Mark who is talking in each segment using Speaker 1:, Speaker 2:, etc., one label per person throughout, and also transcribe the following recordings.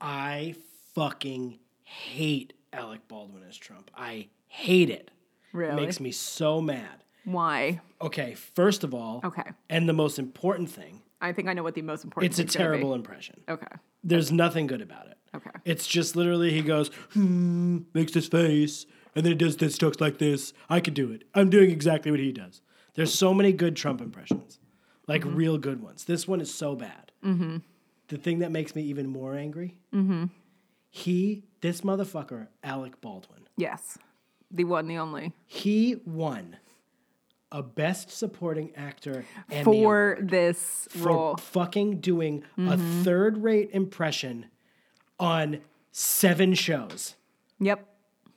Speaker 1: I fucking hate Alec Baldwin as Trump. I hate it. It
Speaker 2: Really?
Speaker 1: makes me so mad.
Speaker 2: Why?
Speaker 1: Okay, first of all,
Speaker 2: Okay.
Speaker 1: and the most important thing,
Speaker 2: I think I know what the most important.
Speaker 1: it's a
Speaker 2: thing's gonna be.
Speaker 1: terrible impression.
Speaker 2: Okay.
Speaker 1: There's nothing good about it.
Speaker 2: Okay.
Speaker 1: It's just literally he goes, hmm, makes this face, and then he does this jokes like this. I could do it. I'm doing exactly what he does. There's so many good Trump impressions, like real good ones. This one is so bad. Mm-hmm. The thing that makes me even more angry, mm-hmm. he, this motherfucker, Alec Baldwin,
Speaker 2: Yes. The one, the only.
Speaker 1: he won a Best Supporting Actor Emmy
Speaker 2: For
Speaker 1: Award
Speaker 2: this
Speaker 1: for
Speaker 2: role.
Speaker 1: fucking doing a third-rate impression on seven shows.
Speaker 2: Yep.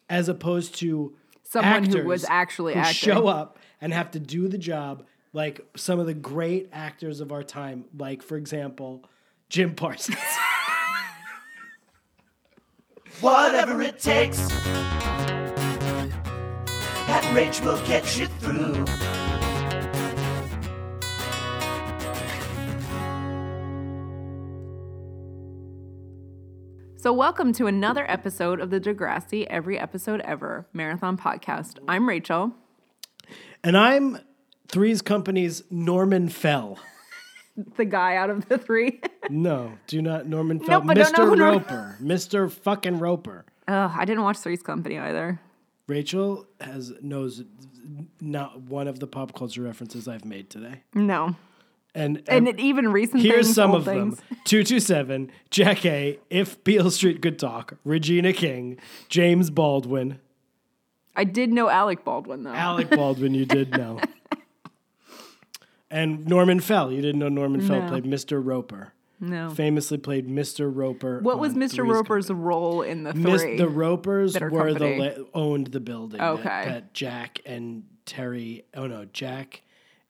Speaker 1: as opposed to
Speaker 2: Someone
Speaker 1: actors
Speaker 2: who was actually
Speaker 1: who
Speaker 2: acting.
Speaker 1: show up and have to do the job like some of the great actors of our time like for example jim parsons
Speaker 3: Whatever it takes. That rage will get you through.
Speaker 2: So, welcome to another episode of the Degrassi Every Episode Ever Marathon Podcast. I'm Rachel.
Speaker 1: and i'm three's company's norman fell
Speaker 2: the guy out of the three.
Speaker 1: no do not norman fell
Speaker 2: Nope, I don't
Speaker 1: mr
Speaker 2: know who Norm-
Speaker 1: roper mr fucking roper
Speaker 2: Ugh, I didn't watch Three's Company either.
Speaker 1: rachel has knows not one of the pop culture references i've made today
Speaker 2: No,
Speaker 1: and,
Speaker 2: and it, even recent.
Speaker 1: Here's
Speaker 2: things,
Speaker 1: some
Speaker 2: old
Speaker 1: of
Speaker 2: things.
Speaker 1: them 227, Jack A., If Beale Street Could Talk, Regina King, James Baldwin,
Speaker 2: I did know Alec Baldwin though.
Speaker 1: Alec Baldwin, you did know. And Norman Fell. You didn't know Norman Fell
Speaker 2: No.
Speaker 1: played Mr. Roper.
Speaker 2: no,
Speaker 1: Famously played Mr. Roper.
Speaker 2: what was
Speaker 1: on
Speaker 2: Mr.
Speaker 1: Three's
Speaker 2: Roper's
Speaker 1: Company.
Speaker 2: role in the
Speaker 1: Mis-
Speaker 2: three?
Speaker 1: the Ropers
Speaker 2: Better
Speaker 1: were the
Speaker 2: Company?
Speaker 1: la- owned the building that-
Speaker 2: Okay.
Speaker 1: that, Jack and Terry, oh no, Jack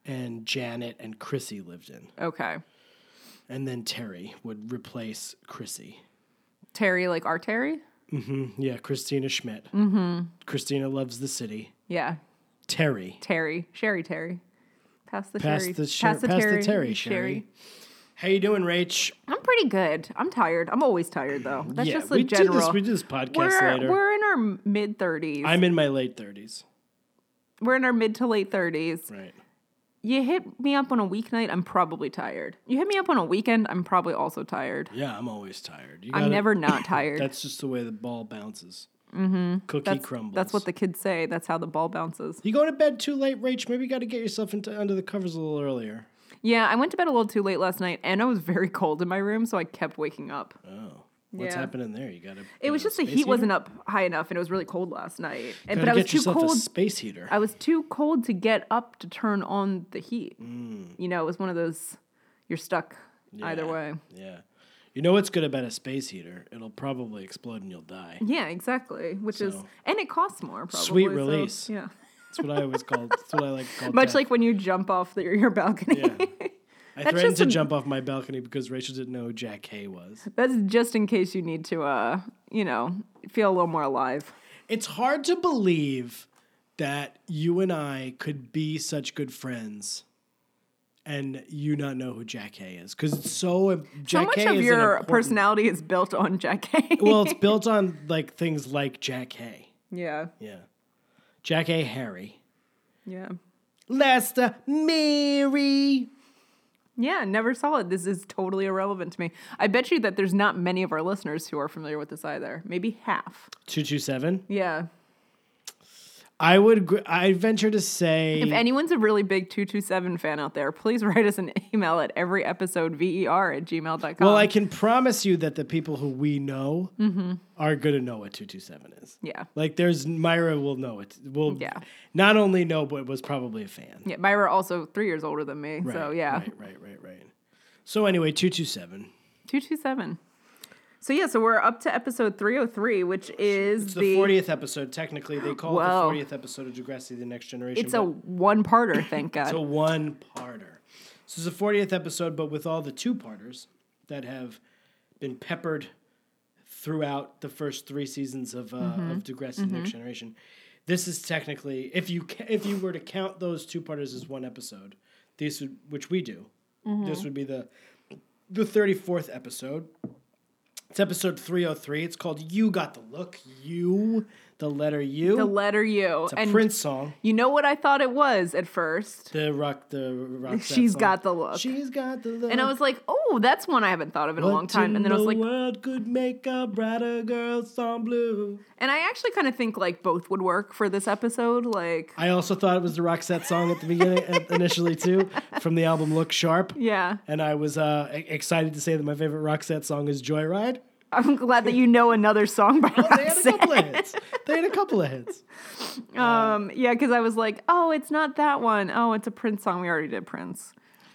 Speaker 1: and Janet and Chrissy lived in.
Speaker 2: okay,
Speaker 1: And then Terry would replace Chrissy.
Speaker 2: Terry, like our Terry.
Speaker 1: Yeah, Christina Schmidt. Mm-hmm. Christina loves the city.
Speaker 2: Yeah,
Speaker 1: Terry.
Speaker 2: Terry, Sherry Terry. Pass the
Speaker 1: Pass
Speaker 2: Sherry.
Speaker 1: the, Sher- pass the Terry, Sherry. How you doing, Rach?
Speaker 2: I'm pretty good. I'm tired. I'm always tired though. That's just the
Speaker 1: we
Speaker 2: general.
Speaker 1: do this. We do this podcast
Speaker 2: we're,
Speaker 1: later.
Speaker 2: we're in our mid 30s.
Speaker 1: I'm in my late thirties.
Speaker 2: We're in our mid to late 30s.
Speaker 1: Right.
Speaker 2: You hit me up on a weeknight, I'm probably tired. You hit me up on a weekend, I'm probably also tired.
Speaker 1: Yeah, I'm always tired. You
Speaker 2: I'm
Speaker 1: gotta-
Speaker 2: never not tired.
Speaker 1: That's just the way the ball bounces. Mm-hmm. Cookie
Speaker 2: That's-
Speaker 1: crumbles.
Speaker 2: That's what the kids say. That's how the ball bounces.
Speaker 1: You going to bed too late, Rach? Maybe you got to get yourself into under the covers a little earlier.
Speaker 2: Yeah, I went to bed a little too late last night and I was very cold in my room, so I kept waking up.
Speaker 1: Oh, what's
Speaker 2: Yeah.
Speaker 1: happening there? You got to.
Speaker 2: It was just the heat wasn't up high enough and it was really cold last night. And but I
Speaker 1: Gotta
Speaker 2: was
Speaker 1: get
Speaker 2: too
Speaker 1: yourself a
Speaker 2: cold.
Speaker 1: space heater.
Speaker 2: I was too cold to get up to turn on the heat. You know, it was one of those you're stuck either
Speaker 1: Mm. Yeah.
Speaker 2: way.
Speaker 1: Yeah. You know what's good about a space heater? It'll probably explode and you'll die.
Speaker 2: Yeah, exactly. Which is
Speaker 1: So-
Speaker 2: and it costs more probably.
Speaker 1: Sweet
Speaker 2: so,
Speaker 1: release.
Speaker 2: yeah.
Speaker 1: That's what I always call. That's what I like to call.
Speaker 2: Much
Speaker 1: death.
Speaker 2: like when you jump off the, your balcony.
Speaker 1: Yeah. I threatened
Speaker 2: just
Speaker 1: to
Speaker 2: a-
Speaker 1: jump off my balcony because Rachel didn't know who Jack Hay was.
Speaker 2: That's just in case you need to, uh, you know, feel a little more alive.
Speaker 1: It's hard to believe that you and I could be such good friends, and you not know who Jack Hay is because it's so. Jack
Speaker 2: so much
Speaker 1: Hay
Speaker 2: of
Speaker 1: is an
Speaker 2: your
Speaker 1: important-
Speaker 2: personality is built on Jack Hay.
Speaker 1: well, it's built on like things like Jack Hay.
Speaker 2: yeah,
Speaker 1: Yeah, Jack Hay, Harry,
Speaker 2: yeah,
Speaker 1: Lester, Mary.
Speaker 2: yeah. Never saw it. This is totally irrelevant to me. I bet you that there's not many of our listeners who are familiar with this either. Maybe half.
Speaker 1: Two two seven.
Speaker 2: Yeah.
Speaker 1: I would. gr- I venture to say.
Speaker 2: If anyone's a really big 227 fan out there, please write us an email at every episode ver at gmail.com.
Speaker 1: well, I can promise you that the people who we know
Speaker 2: Mm-hmm.
Speaker 1: are going to know what two two seven is.
Speaker 2: Yeah.
Speaker 1: Like, there's Myra will know it. Will
Speaker 2: Yeah.
Speaker 1: not only know, but was probably a fan.
Speaker 2: Yeah, Myra also three years older than me. so
Speaker 1: Right,
Speaker 2: yeah,
Speaker 1: Right. Right. Right. Right. So anyway, two two seven.
Speaker 2: two two seven. So yeah, so we're up to episode three hundred three, which is
Speaker 1: It's the fortieth episode. Technically, they call it the
Speaker 2: Whoa.
Speaker 1: fortieth episode of Degrassi: The Next Generation.
Speaker 2: It's
Speaker 1: but
Speaker 2: a one parter. Thank God.
Speaker 1: it's a one parter. This is the fortieth episode, but with all the two parters that have been peppered throughout the first three seasons of uh,
Speaker 2: Mm-hmm.
Speaker 1: of Degrassi: The Next Generation. This is technically, if you ca- if you were to count those two parters as one episode, these would,
Speaker 2: Mm-hmm.
Speaker 1: which we do, this would be the the thirty fourth episode. It's episode 303. It's called You Got the Look. You, the letter U.
Speaker 2: The letter U.
Speaker 1: it's a
Speaker 2: and
Speaker 1: Prince song.
Speaker 2: you know what I thought it was at first?
Speaker 1: The rock, the rock.
Speaker 2: She's got the look.
Speaker 1: She's got the look.
Speaker 2: And I was like, oh, that's one I haven't thought of in a long time. And then I was like,
Speaker 1: the world could make a brighter girl song blue.
Speaker 2: and I actually kind of think like both would work for this episode. Like,
Speaker 1: I also thought it was the Roxette song at the beginning, at- initially too, from the album Look Sharp.
Speaker 2: yeah,
Speaker 1: And I was uh, e- excited to say that my favorite Roxette song is Joyride.
Speaker 2: I'm glad that you know another song by
Speaker 1: Oh, They had a
Speaker 2: Roxette.
Speaker 1: couple of hits. They had a couple of hits.
Speaker 2: Um, yeah, because I was like, oh, it's not that one. Oh, it's a Prince song. We already did Prince.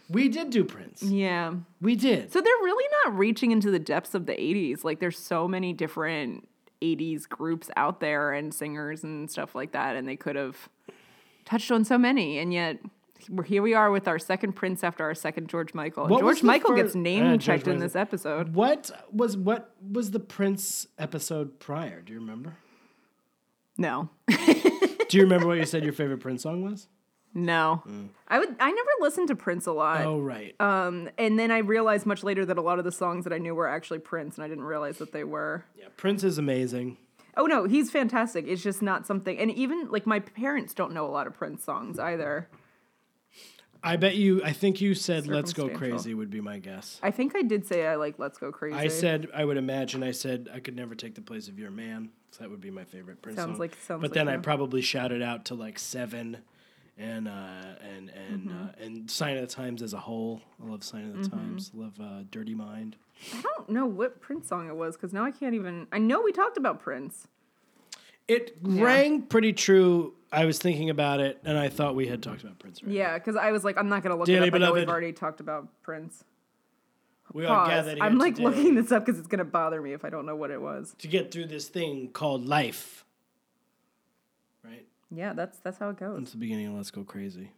Speaker 1: We did do Prince.
Speaker 2: Yeah.
Speaker 1: We did.
Speaker 2: So they're really not reaching into the depths of the 80s. Like there's so many different 80s groups out there and singers and stuff like that and they could have touched on so many and yet we're, here we are with our second Prince after our second George Michael. And
Speaker 1: What was
Speaker 2: George
Speaker 1: the
Speaker 2: Michael
Speaker 1: fir-
Speaker 2: gets name
Speaker 1: Yeah, George
Speaker 2: checked in
Speaker 1: Michael.
Speaker 2: this episode.
Speaker 1: What was what was the Prince episode prior? Do you remember?
Speaker 2: No.
Speaker 1: Do you remember what you said your favorite Prince song was?
Speaker 2: No. I would I never listened to Prince a lot.
Speaker 1: Mm. Oh right.
Speaker 2: Um, and then I realized much later that a lot of the songs that I knew were actually Prince and I didn't realize that they were.
Speaker 1: yeah, Prince is amazing.
Speaker 2: Oh no, he's fantastic. It's just not something. And even like my parents don't know a lot of Prince songs either.
Speaker 1: I bet you I think you said Let's Go
Speaker 2: Circumstantial.
Speaker 1: Crazy would be my guess.
Speaker 2: I think I did say I like Let's Go Crazy.
Speaker 1: I said I would imagine I said I could never take the place of your man. So that would be my favorite Prince
Speaker 2: Sounds
Speaker 1: song.
Speaker 2: like- sounds
Speaker 1: but
Speaker 2: like
Speaker 1: then I
Speaker 2: you.
Speaker 1: probably shouted out to like seven and uh and and
Speaker 2: Mm-hmm.
Speaker 1: uh, and Sign of the Times as a whole. I love Sign of the Times. Love uh, Dirty Mind.
Speaker 2: I don't know what Prince song it was because now I can't even. I know we talked about Prince.
Speaker 1: It rang pretty true. I was thinking about it, and I thought we had talked about Prince. Right?
Speaker 2: Yeah, because I was like, I'm not gonna look
Speaker 1: Dearly
Speaker 2: it up. I know we've
Speaker 1: beloved.
Speaker 2: already talked about Prince.
Speaker 1: we are
Speaker 2: Pause.
Speaker 1: gathered here
Speaker 2: I'm like
Speaker 1: today
Speaker 2: looking this up because it's gonna bother me if I don't know what it was.
Speaker 1: to get through this thing called life. Right,
Speaker 2: Yeah, that's that's how it
Speaker 1: it's
Speaker 2: goes.
Speaker 1: the beginning. of Let's go crazy.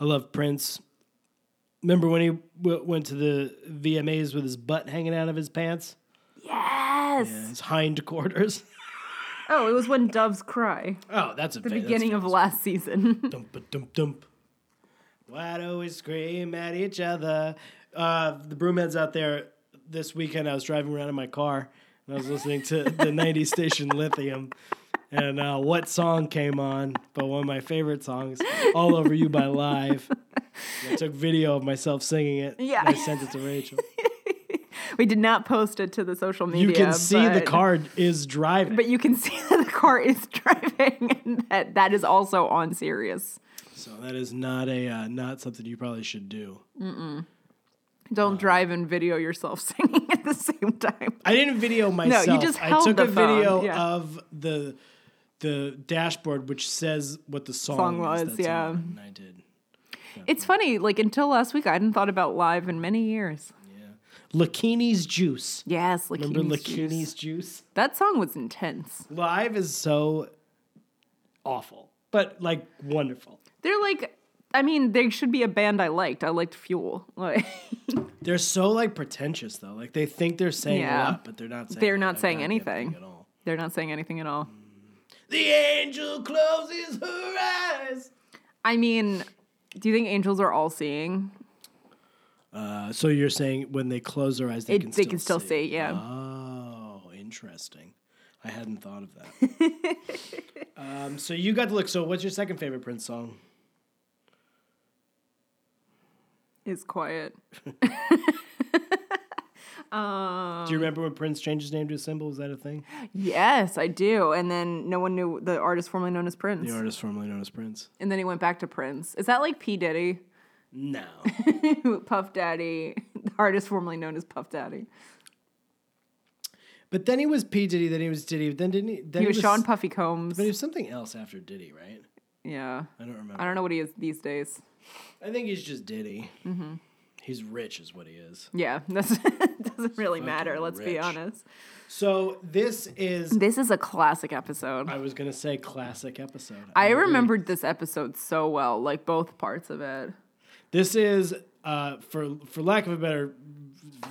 Speaker 1: I love Prince. Remember when he w- went to the VMAs with his butt hanging out of his pants,
Speaker 2: Yes.
Speaker 1: his hindquarters?
Speaker 2: Oh, it was when doves cry.
Speaker 1: Oh, that's a
Speaker 2: The beginning of last season.
Speaker 1: Dump, a dump, dump. Why do we scream at each other? Uh, the broomheads out there. This weekend, I was driving around in my car and I was listening to the '90s station Lithium, and uh, what song came on? But one of my favorite songs, "All Over You" by Live. And I took video of myself singing it. and
Speaker 2: Yeah.
Speaker 1: I sent it to Rachel.
Speaker 2: we did not post it to the social media.
Speaker 1: You can see the
Speaker 2: but-
Speaker 1: card is driving.
Speaker 2: But you can see that the car is driving, and that that is also on Sirius.
Speaker 1: so that is not a uh, not something you probably should do.
Speaker 2: Don't drive and video yourself singing at the same time.
Speaker 1: I didn't video myself.
Speaker 2: just
Speaker 1: I
Speaker 2: held
Speaker 1: took
Speaker 2: the
Speaker 1: a video
Speaker 2: phone, yeah.
Speaker 1: of the the dashboard which says what the song,
Speaker 2: Song
Speaker 1: is
Speaker 2: was,
Speaker 1: that's
Speaker 2: yeah.
Speaker 1: on it, and I did.
Speaker 2: It's funny, like until last week, I hadn't thought about live in many years.
Speaker 1: Lakini's Juice.
Speaker 2: Yes,
Speaker 1: Remember
Speaker 2: Lakini's Juice.
Speaker 1: Lakini's Juice?
Speaker 2: That song was intense.
Speaker 1: Live is so awful, but like wonderful.
Speaker 2: They're like, I mean, they should be a band I liked. I liked Fuel. Like,
Speaker 1: They're so like pretentious though. Like they think they're saying
Speaker 2: Yeah.
Speaker 1: a lot, but they're not saying
Speaker 2: They're
Speaker 1: a-
Speaker 2: not
Speaker 1: a
Speaker 2: saying
Speaker 1: goddamn
Speaker 2: anything.
Speaker 1: thing at all.
Speaker 2: they're not saying anything at all.
Speaker 1: The angel closes her eyes.
Speaker 2: I mean, do you think angels are all seeing?
Speaker 1: Uh, so you're saying when they close their eyes, they
Speaker 2: It-
Speaker 1: can
Speaker 2: they
Speaker 1: still
Speaker 2: can still
Speaker 1: see.
Speaker 2: see, yeah.
Speaker 1: Oh, interesting. I hadn't thought of that. um, so you got to look. So what's your second favorite Prince song?
Speaker 2: It's quiet.
Speaker 1: Do you remember when Prince changed his name to a symbol? Was that a thing?
Speaker 2: Um, Yes, I do. And then no one knew the artist formerly known as Prince.
Speaker 1: The artist formerly known as Prince.
Speaker 2: and then he went back to Prince. Is that like P. Diddy?
Speaker 1: No.
Speaker 2: Puff Daddy, the artist formerly known as Puff Daddy.
Speaker 1: but then he was P Diddy. Then he was Diddy. Then didn't he? Then
Speaker 2: He was Sean Puffy Combs.
Speaker 1: But he was something else after Diddy, right?
Speaker 2: Yeah.
Speaker 1: I don't remember.
Speaker 2: I don't know what he is these days.
Speaker 1: I think he's just Diddy. Mm-hmm. He's rich, is what he is.
Speaker 2: Yeah, that's doesn't really matter,
Speaker 1: fucking
Speaker 2: let's be
Speaker 1: rich.
Speaker 2: honest.
Speaker 1: So this is.
Speaker 2: This is a classic episode.
Speaker 1: I was gonna say classic episode.
Speaker 2: I
Speaker 1: agree.
Speaker 2: remembered this episode so well, like both parts of it.
Speaker 1: This is, uh, for for lack of a better,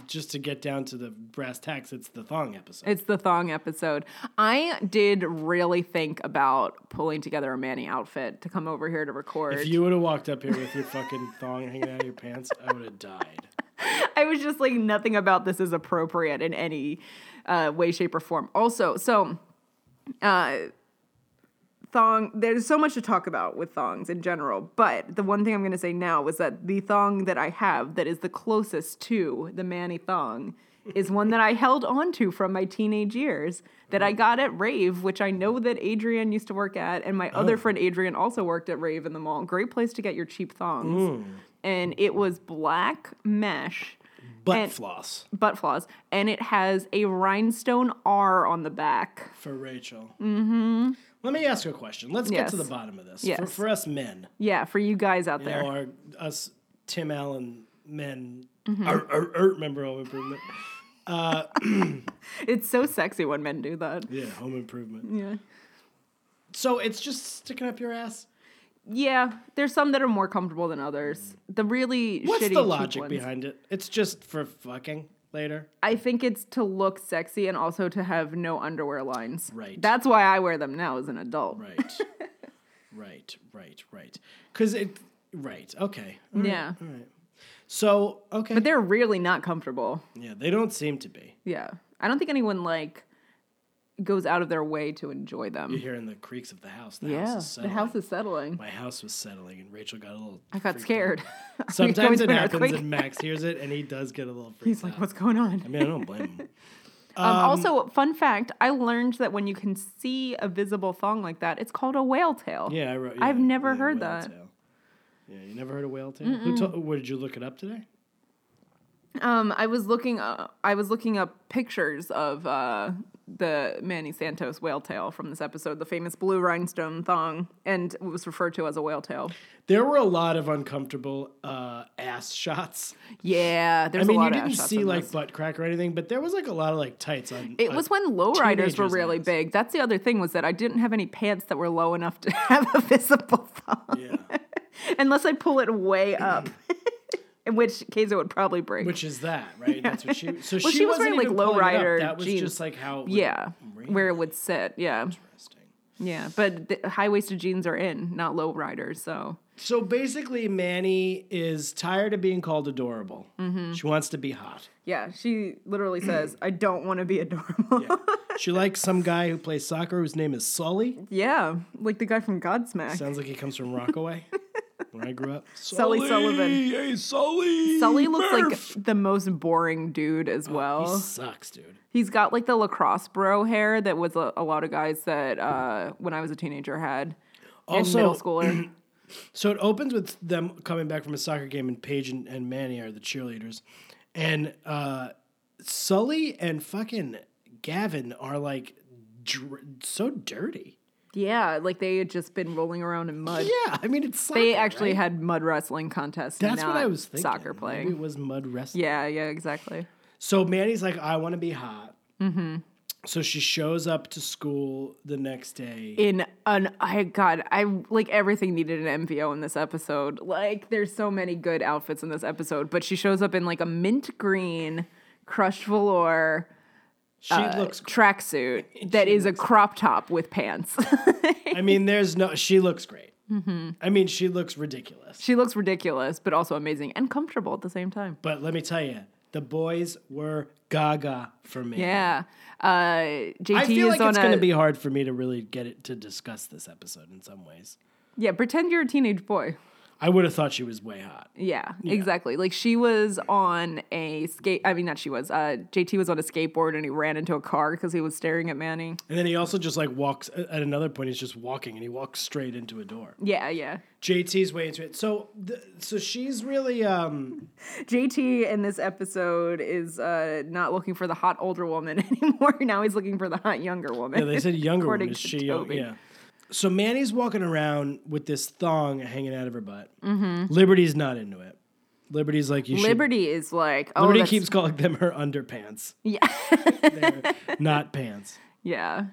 Speaker 1: just to get down to the brass tacks, it's the thong episode.
Speaker 2: It's the thong episode. I did really think about pulling together a Manny outfit to come over here to record.
Speaker 1: if you would have walked up here with your fucking thong hanging out of your pants, I would have died.
Speaker 2: I was just like, nothing about this is appropriate in any uh, way, shape, or form. Also, so uh, thong, there's so much to talk about with thongs in general, but the one thing I'm going to say now was that the thong that I have that is the closest to the Manny thong is one that I held onto from my teenage years that I got at Rave, which I know that Adrian used to work at, and my other friend Adrian also worked at Rave in the mall. Great place to get your cheap thongs. And it was black mesh
Speaker 1: Butt
Speaker 2: And-
Speaker 1: floss
Speaker 2: butt flaws, and it has a rhinestone R on the back.
Speaker 1: for Rachel. Mm-hmm. Let me ask you a question. Let's get to
Speaker 2: Yes.
Speaker 1: the bottom of this. For,
Speaker 2: Yes.
Speaker 1: for us men,
Speaker 2: Yeah, for you guys out
Speaker 1: you
Speaker 2: there.
Speaker 1: know, our, us Tim Allen men,
Speaker 2: Mm-hmm.
Speaker 1: er, er, er, remember Home Improvement?
Speaker 2: It's so sexy when men do that.
Speaker 1: yeah, Home Improvement.
Speaker 2: Yeah.
Speaker 1: So it's just sticking up your ass?
Speaker 2: Yeah, there's some that are more comfortable than others. The really
Speaker 1: What's
Speaker 2: shitty
Speaker 1: the
Speaker 2: cheap
Speaker 1: logic
Speaker 2: ones.
Speaker 1: behind it? It's just for fucking later.
Speaker 2: I think it's to look sexy and also to have no underwear lines.
Speaker 1: Right.
Speaker 2: That's why I wear them now as an adult.
Speaker 1: Right. right, right, right. Because it, right, okay. All right,
Speaker 2: Yeah.
Speaker 1: All right. So, okay.
Speaker 2: But they're really not comfortable.
Speaker 1: yeah, they don't seem to be.
Speaker 2: Yeah. I don't think anyone like goes out of their way to enjoy
Speaker 1: You're
Speaker 2: them.
Speaker 1: hearing the creaks of the house. The
Speaker 2: Yeah.
Speaker 1: house is
Speaker 2: the house
Speaker 1: settling.
Speaker 2: is settling.
Speaker 1: My house was settling, and Rachel got a little.
Speaker 2: I got
Speaker 1: freaked out.
Speaker 2: scared. Are we going
Speaker 1: Sometimes it
Speaker 2: through an
Speaker 1: happens,
Speaker 2: earthquake?
Speaker 1: and Max hears it, and he does get a little freaked
Speaker 2: He's like,
Speaker 1: out.
Speaker 2: what's going on?
Speaker 1: I mean, I don't blame him.
Speaker 2: Um, also, fun fact: I learned that when you can see a visible thong like that, it's called a whale tail.
Speaker 1: Yeah, I wrote.
Speaker 2: I've
Speaker 1: yeah,
Speaker 2: never
Speaker 1: yeah,
Speaker 2: heard
Speaker 1: whale
Speaker 2: that.
Speaker 1: tail. Yeah, you never heard of whale tail? Who told, where did you look it up today?
Speaker 2: Um, I was looking. Uh, I was looking up pictures of uh, the Manny Santos whale tail from this episode, the famous blue rhinestone thong, and it was referred to as a whale tail.
Speaker 1: There were a lot of uncomfortable uh, ass shots.
Speaker 2: Yeah, there's
Speaker 1: I mean,
Speaker 2: a
Speaker 1: you
Speaker 2: lot of
Speaker 1: didn't
Speaker 2: shots
Speaker 1: see
Speaker 2: in
Speaker 1: like
Speaker 2: this.
Speaker 1: butt crack or anything, but there was like a lot of like tights on.
Speaker 2: It
Speaker 1: on-
Speaker 2: was when lowriders were
Speaker 1: teenagers'
Speaker 2: really
Speaker 1: ass.
Speaker 2: big. That's the other thing was that I didn't have any pants that were low enough to have a visible thong,
Speaker 1: yeah,
Speaker 2: unless I pull it way up, in which case it would probably break.
Speaker 1: which is that right? That's what she. So
Speaker 2: Well,
Speaker 1: she,
Speaker 2: she was
Speaker 1: wasn't
Speaker 2: wearing, like,
Speaker 1: even pulling it up.
Speaker 2: lowrider
Speaker 1: That was
Speaker 2: jeans.
Speaker 1: just like how. it would-
Speaker 2: Yeah,
Speaker 1: Really
Speaker 2: where it would sit. Yeah,
Speaker 1: interesting.
Speaker 2: yeah. But the high waisted jeans are in, not low riders. So
Speaker 1: So basically, Manny is tired of being called adorable.
Speaker 2: Mm-hmm.
Speaker 1: She wants to be hot.
Speaker 2: yeah, she literally says, "I don't want to be adorable." Yeah.
Speaker 1: She likes some guy who plays soccer whose name is Sully.
Speaker 2: like the guy from Godsmack.
Speaker 1: Sounds like he comes from Rockaway. When I grew up,
Speaker 2: Sully Sullivan.
Speaker 1: Hey, Sully.
Speaker 2: Sully looks
Speaker 1: Murph. Oh,
Speaker 2: like the most boring dude as well.
Speaker 1: He sucks, dude.
Speaker 2: He's got like the lacrosse bro hair that was a, a lot of guys that uh, when I was a teenager had.
Speaker 1: Also-
Speaker 2: and middle schooler.
Speaker 1: So it opens with them coming back from a soccer game, and Paige and, and Manny are the cheerleaders, and uh, Sully and fucking Gavin are like dr- so dirty.
Speaker 2: yeah, like they had just been rolling around in mud.
Speaker 1: Yeah, I mean it's soccer,
Speaker 2: They actually
Speaker 1: right?
Speaker 2: had mud wrestling contests.
Speaker 1: that's what
Speaker 2: not
Speaker 1: I was thinking.
Speaker 2: Soccer
Speaker 1: Maybe
Speaker 2: playing.
Speaker 1: it was mud wrestling.
Speaker 2: Yeah, yeah, exactly.
Speaker 1: So Manny's like, I want to be hot. Mm-hmm. So she shows up to school the next day.
Speaker 2: In an I god, I like everything needed an MVO in this episode. Like there's so many good outfits in this episode, but she shows up in like a mint green crushed velour
Speaker 1: she
Speaker 2: Uh,
Speaker 1: looks.
Speaker 2: tracksuit that is a crop top with pants.
Speaker 1: I mean, there's no. She looks great. Mm-hmm. I mean, she looks ridiculous.
Speaker 2: she looks ridiculous, but also amazing and comfortable at the same time.
Speaker 1: But let me tell you, the boys were gaga for me.
Speaker 2: Yeah. Uh JT
Speaker 1: I feel
Speaker 2: is
Speaker 1: like
Speaker 2: on
Speaker 1: it's
Speaker 2: a
Speaker 1: going to be hard for me to really get it to discuss this episode in some ways.
Speaker 2: Yeah, pretend you're a teenage boy.
Speaker 1: I would have thought she was way hot.
Speaker 2: Yeah, exactly. Like she was on a skate. I mean, not she was. Uh, JT was on a skateboard and he ran into a car because he was staring at Manny.
Speaker 1: And then he also just like walks at another point. He's just walking and he walks straight into a door.
Speaker 2: Yeah, yeah.
Speaker 1: JT's way into it. So, th- so she's really um,
Speaker 2: JT in this episode is uh, not looking for the hot older woman anymore. Now he's looking for the hot younger woman.
Speaker 1: Yeah, they said younger one.
Speaker 2: According
Speaker 1: Is
Speaker 2: to
Speaker 1: she young?
Speaker 2: Toby.
Speaker 1: Yeah. So Manny's walking around with this thong hanging out of her butt.
Speaker 2: Mm-hmm.
Speaker 1: Liberty's not into it. Liberty's like you
Speaker 2: Liberty is like
Speaker 1: should.
Speaker 2: oh,
Speaker 1: Liberty
Speaker 2: that's-
Speaker 1: keeps calling them her underpants,
Speaker 2: yeah,
Speaker 1: not pants.
Speaker 2: yeah.